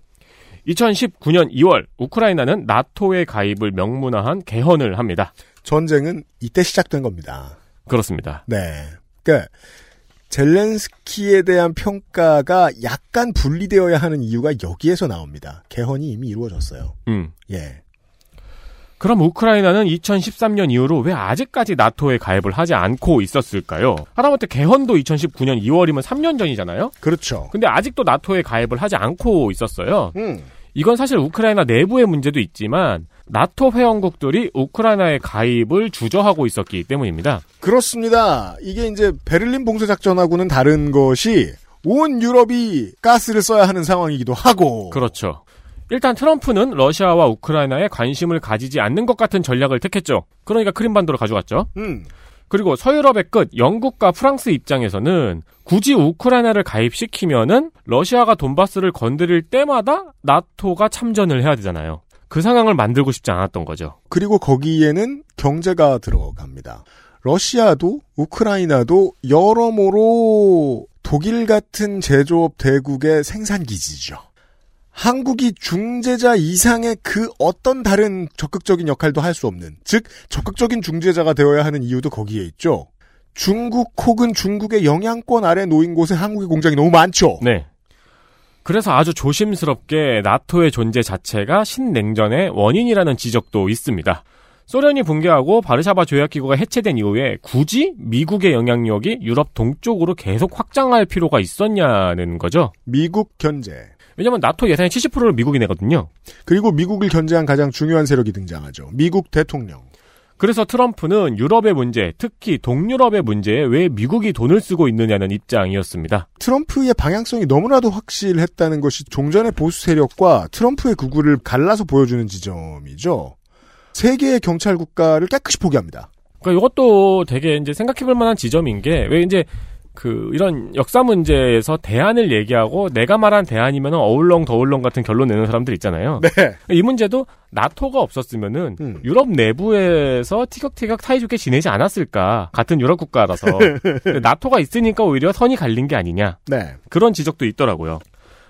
Speaker 4: 2019년 2월 우크라이나는 나토에 가입을 명문화한 개헌을 합니다.
Speaker 3: 전쟁은 이때 시작된 겁니다.
Speaker 4: 그렇습니다.
Speaker 3: 네. 그러니까 젤렌스키에 대한 평가가 약간 분리되어야 하는 이유가 여기에서 나옵니다. 개헌이 이미 이루어졌어요.
Speaker 4: 음.
Speaker 3: 예.
Speaker 4: 그럼 우크라이나는 2013년 이후로 왜 아직까지 나토에 가입을 하지 않고 있었을까요? 하다못해 개헌도 2019년 2월이면 3년 전이잖아요?
Speaker 3: 그렇죠.
Speaker 4: 근데 아직도 나토에 가입을 하지 않고 있었어요.
Speaker 3: 음.
Speaker 4: 이건 사실 우크라이나 내부의 문제도 있지만 나토 회원국들이 우크라이나의 가입을 주저하고 있었기 때문입니다.
Speaker 3: 그렇습니다. 이게 이제 베를린 봉쇄 작전하고는 다른 것이 온 유럽이 가스를 써야 하는 상황이기도 하고
Speaker 4: 그렇죠. 일단 트럼프는 러시아와 우크라이나에 관심을 가지지 않는 것 같은 전략을 택했죠. 그러니까 크림반도를 가져갔죠. 그리고 서유럽의 끝 영국과 프랑스 입장에서는 굳이 우크라이나를 가입시키면은 러시아가 돈바스를 건드릴 때마다 나토가 참전을 해야 되잖아요. 그 상황을 만들고 싶지 않았던 거죠.
Speaker 3: 그리고 거기에는 경제가 들어갑니다. 러시아도 우크라이나도 여러모로 독일 같은 제조업 대국의 생산 기지죠. 한국이 중재자 이상의 그 어떤 다른 적극적인 역할도 할 수 없는, 즉 적극적인 중재자가 되어야 하는 이유도 거기에 있죠. 중국 혹은 중국의 영향권 아래 놓인 곳에 한국의 공장이 너무 많죠.
Speaker 4: 네. 그래서 아주 조심스럽게 나토의 존재 자체가 신냉전의 원인이라는 지적도 있습니다. 소련이 붕괴하고 바르샤바 조약기구가 해체된 이후에 굳이 미국의 영향력이 유럽 동쪽으로 계속 확장할 필요가 있었냐는 거죠.
Speaker 3: 미국 견제.
Speaker 4: 왜냐면 하 나토 예산의 70%를 미국이 내거든요.
Speaker 3: 그리고 미국을 견제한 가장 중요한 세력이 등장하죠. 미국 대통령.
Speaker 4: 그래서 트럼프는 유럽의 문제, 특히 동유럽의 문제에 왜 미국이 돈을 쓰고 있느냐는 입장이었습니다.
Speaker 3: 트럼프의 방향성이 너무나도 확실했다는 것이 종전의 보수 세력과 트럼프의 극우를 갈라서 보여주는 지점이죠. 세계의 경찰 국가를 깨끗이 포기합니다.
Speaker 4: 그러니까 이것도 되게 이제 생각해볼 만한 지점인 게 왜 이제 그 이런 역사 문제에서 대안을 얘기하고 내가 말한 대안이면 어울렁 더울렁 같은 결론 내는 사람들 있잖아요. 이 문제도 나토가 없었으면은 유럽 내부에서 티격태격 사이좋게 지내지 않았을까 같은 유럽 국가라서 근데 나토가 있으니까 오히려 선이 갈린 게 아니냐
Speaker 3: 네.
Speaker 4: 그런 지적도 있더라고요.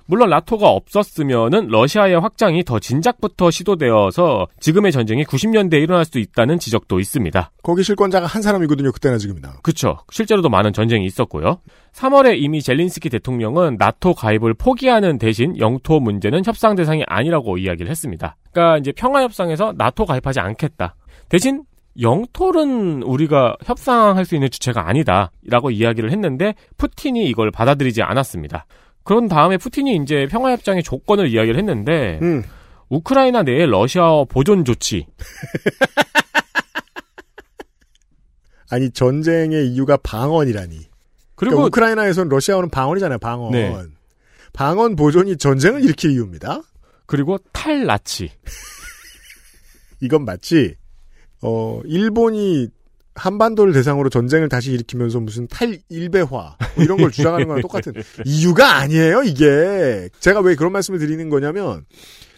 Speaker 4: 물론 나토가 없었으면은 러시아의 확장이 더 진작부터 시도되어서 지금의 전쟁이 90년대에 일어날 수도 있다는 지적도 있습니다.
Speaker 3: 거기 실권자가 한 사람이거든요. 그때나 지금이나.
Speaker 4: 그쵸. 실제로도 많은 전쟁이 있었고요. 3월에 이미 젤린스키 대통령은 나토 가입을 포기하는 대신 영토 문제는 협상 대상이 아니라고 이야기를 했습니다. 그러니까 이제 평화협상에서 나토 가입하지 않겠다. 대신 영토는 우리가 협상할 수 있는 주체가 아니다라고 이야기를 했는데 푸틴이 이걸 받아들이지 않았습니다. 그런 다음에 푸틴이 이제 평화협정의 조건을 이야기를 했는데
Speaker 3: 음.
Speaker 4: 우크라이나 내에 러시아어 보존 조치
Speaker 3: 아니 전쟁의 이유가 방언이라니.
Speaker 4: 그리고-
Speaker 3: 그러니까 우크라이나에서는 러시아어는 방언이잖아요. 방언.
Speaker 4: 네.
Speaker 3: 방언 보존이 전쟁을 일으킬 이유입니다.
Speaker 4: 그리고 탈나치.
Speaker 3: 이건 마치 어 일본이 한반도를 대상으로 전쟁을 다시 일으키면서 무슨 탈일배화 뭐 이런 걸 주장하는 거랑 똑같은 이유가 아니에요 이게 제가 왜 그런 말씀을 드리는 거냐면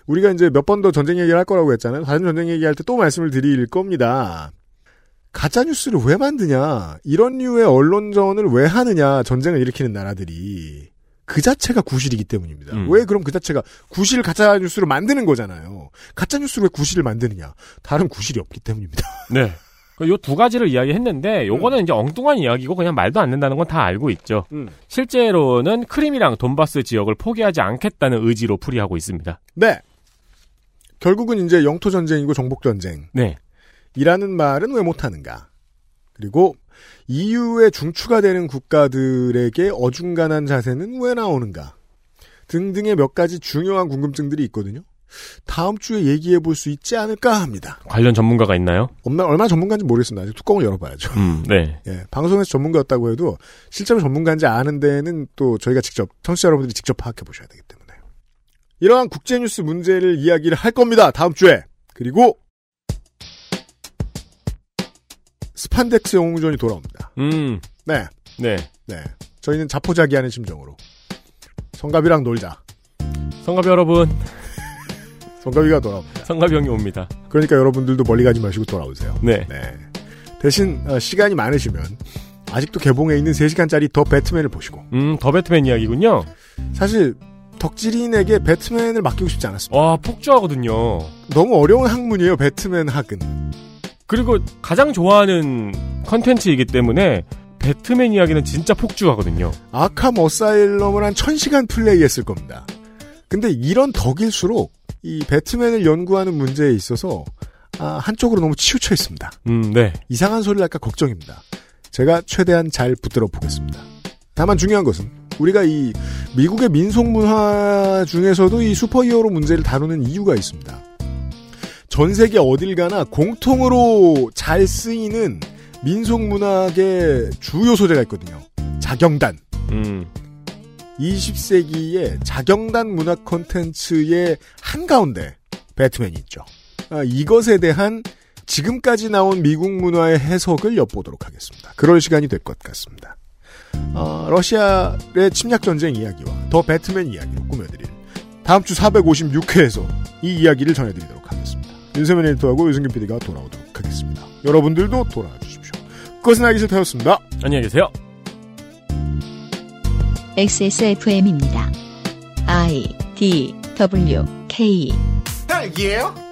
Speaker 3: 우리가 이제 몇 번 더 전쟁 얘기를 할 거라고 했잖아요 다른 전쟁 얘기할 때 또 말씀을 드릴 겁니다 가짜 뉴스를 왜 만드냐 이런 류의 언론전을 왜 하느냐 전쟁을 일으키는 나라들이 그 자체가 구실이기 때문입니다. 왜 그럼 그 자체가 구실 가짜 뉴스로 만드는 거잖아요. 가짜 뉴스로 왜 구실을 만드느냐? 다른 구실이 없기 때문입니다.
Speaker 4: 네. 요 두 가지를 이야기했는데 요거는 이제 엉뚱한 이야기고 그냥 말도 안 된다는 건 다 알고 있죠. 실제로는 크림이랑 돈바스 지역을 포기하지 않겠다는 의지로 풀이하고 있습니다.
Speaker 3: 네. 결국은 이제 영토 전쟁이고 정복 전쟁.
Speaker 4: 네.
Speaker 3: 이라는 말은 왜 못하는가? 그리고 EU의 중추가 되는 국가들에게 어중간한 자세는 왜 나오는가? 등등의 몇 가지 중요한 궁금증들이 있거든요. 다음 주에 얘기해 볼 수 있지 않을까 합니다.
Speaker 4: 관련 전문가가 있나요?
Speaker 3: 얼마, 얼마나 전문가인지 모르겠습니다. 아직 뚜껑을 열어봐야죠.
Speaker 4: 음, 네.
Speaker 3: 예, 방송에서 전문가였다고 해도 실제로 전문가인지 아는 데는 또 저희가 직접 청취자 여러분들이 직접 파악해 보셔야 되기 때문에요. 이러한 국제 뉴스 문제를 이야기를 할 겁니다. 다음 주에 그리고 스판덱스 영웅전이 돌아옵니다.
Speaker 4: 음,
Speaker 3: 네,
Speaker 4: 네.
Speaker 3: 네. 저희는 자포자기하는 심정으로 성갑이랑 놀자.
Speaker 4: 성갑이 여러분.
Speaker 3: 성갑이가 돌아옵니다.
Speaker 4: 성갑이 형이 옵니다.
Speaker 3: 그러니까 여러분들도 멀리 가지 마시고 돌아오세요.
Speaker 4: 네.
Speaker 3: 대신 어, 시간이 많으시면 아직도 개봉해 있는 3시간짜리 더 배트맨을 보시고
Speaker 4: 음, 더 배트맨 이야기군요.
Speaker 3: 사실 덕질인에게 배트맨을 맡기고 싶지 않았습니다.
Speaker 4: 와, 폭주하거든요.
Speaker 3: 너무 어려운 학문이에요, 배트맨 학은.
Speaker 4: 그리고 가장 좋아하는 컨텐츠이기 때문에 배트맨 이야기는 진짜 폭주하거든요.
Speaker 3: 아캄 어사일럼을 한 1000시간 플레이했을 겁니다. 근데 이런 덕일수록 이 배트맨을 연구하는 문제에 있어서 아, 한쪽으로 너무 치우쳐 있습니다.
Speaker 4: 음, 네.
Speaker 3: 이상한 소리를 할까 걱정입니다. 제가 최대한 잘 붙들어 보겠습니다. 다만 중요한 것은 우리가 이 미국의 민속 문화 중에서도 이 슈퍼히어로 문제를 다루는 이유가 있습니다. 전 세계 어딜 가나 공통으로 잘 쓰이는 민속 문학의 주요 소재가 있거든요. 자경단.
Speaker 4: 음.
Speaker 3: 20세기의 자경단 문학 콘텐츠의 한가운데 배트맨이 있죠. 아, 이것에 대한 지금까지 나온 미국 문화의 해석을 엿보도록 하겠습니다. 그럴 시간이 될 것 같습니다. 아, 러시아의 침략 전쟁 이야기와 더 배트맨 이야기로 꾸며드릴 다음 주 456회에서 이 이야기를 전해드리도록 하겠습니다. 윤세민 에디터하고 유승균 PD가 돌아오도록 하겠습니다. 여러분들도 돌아와 주십시오. 그것은 알기 싫다였습니다.
Speaker 4: 안녕히 계세요.
Speaker 1: XSFM입니다. I D W K
Speaker 2: 딸기예요?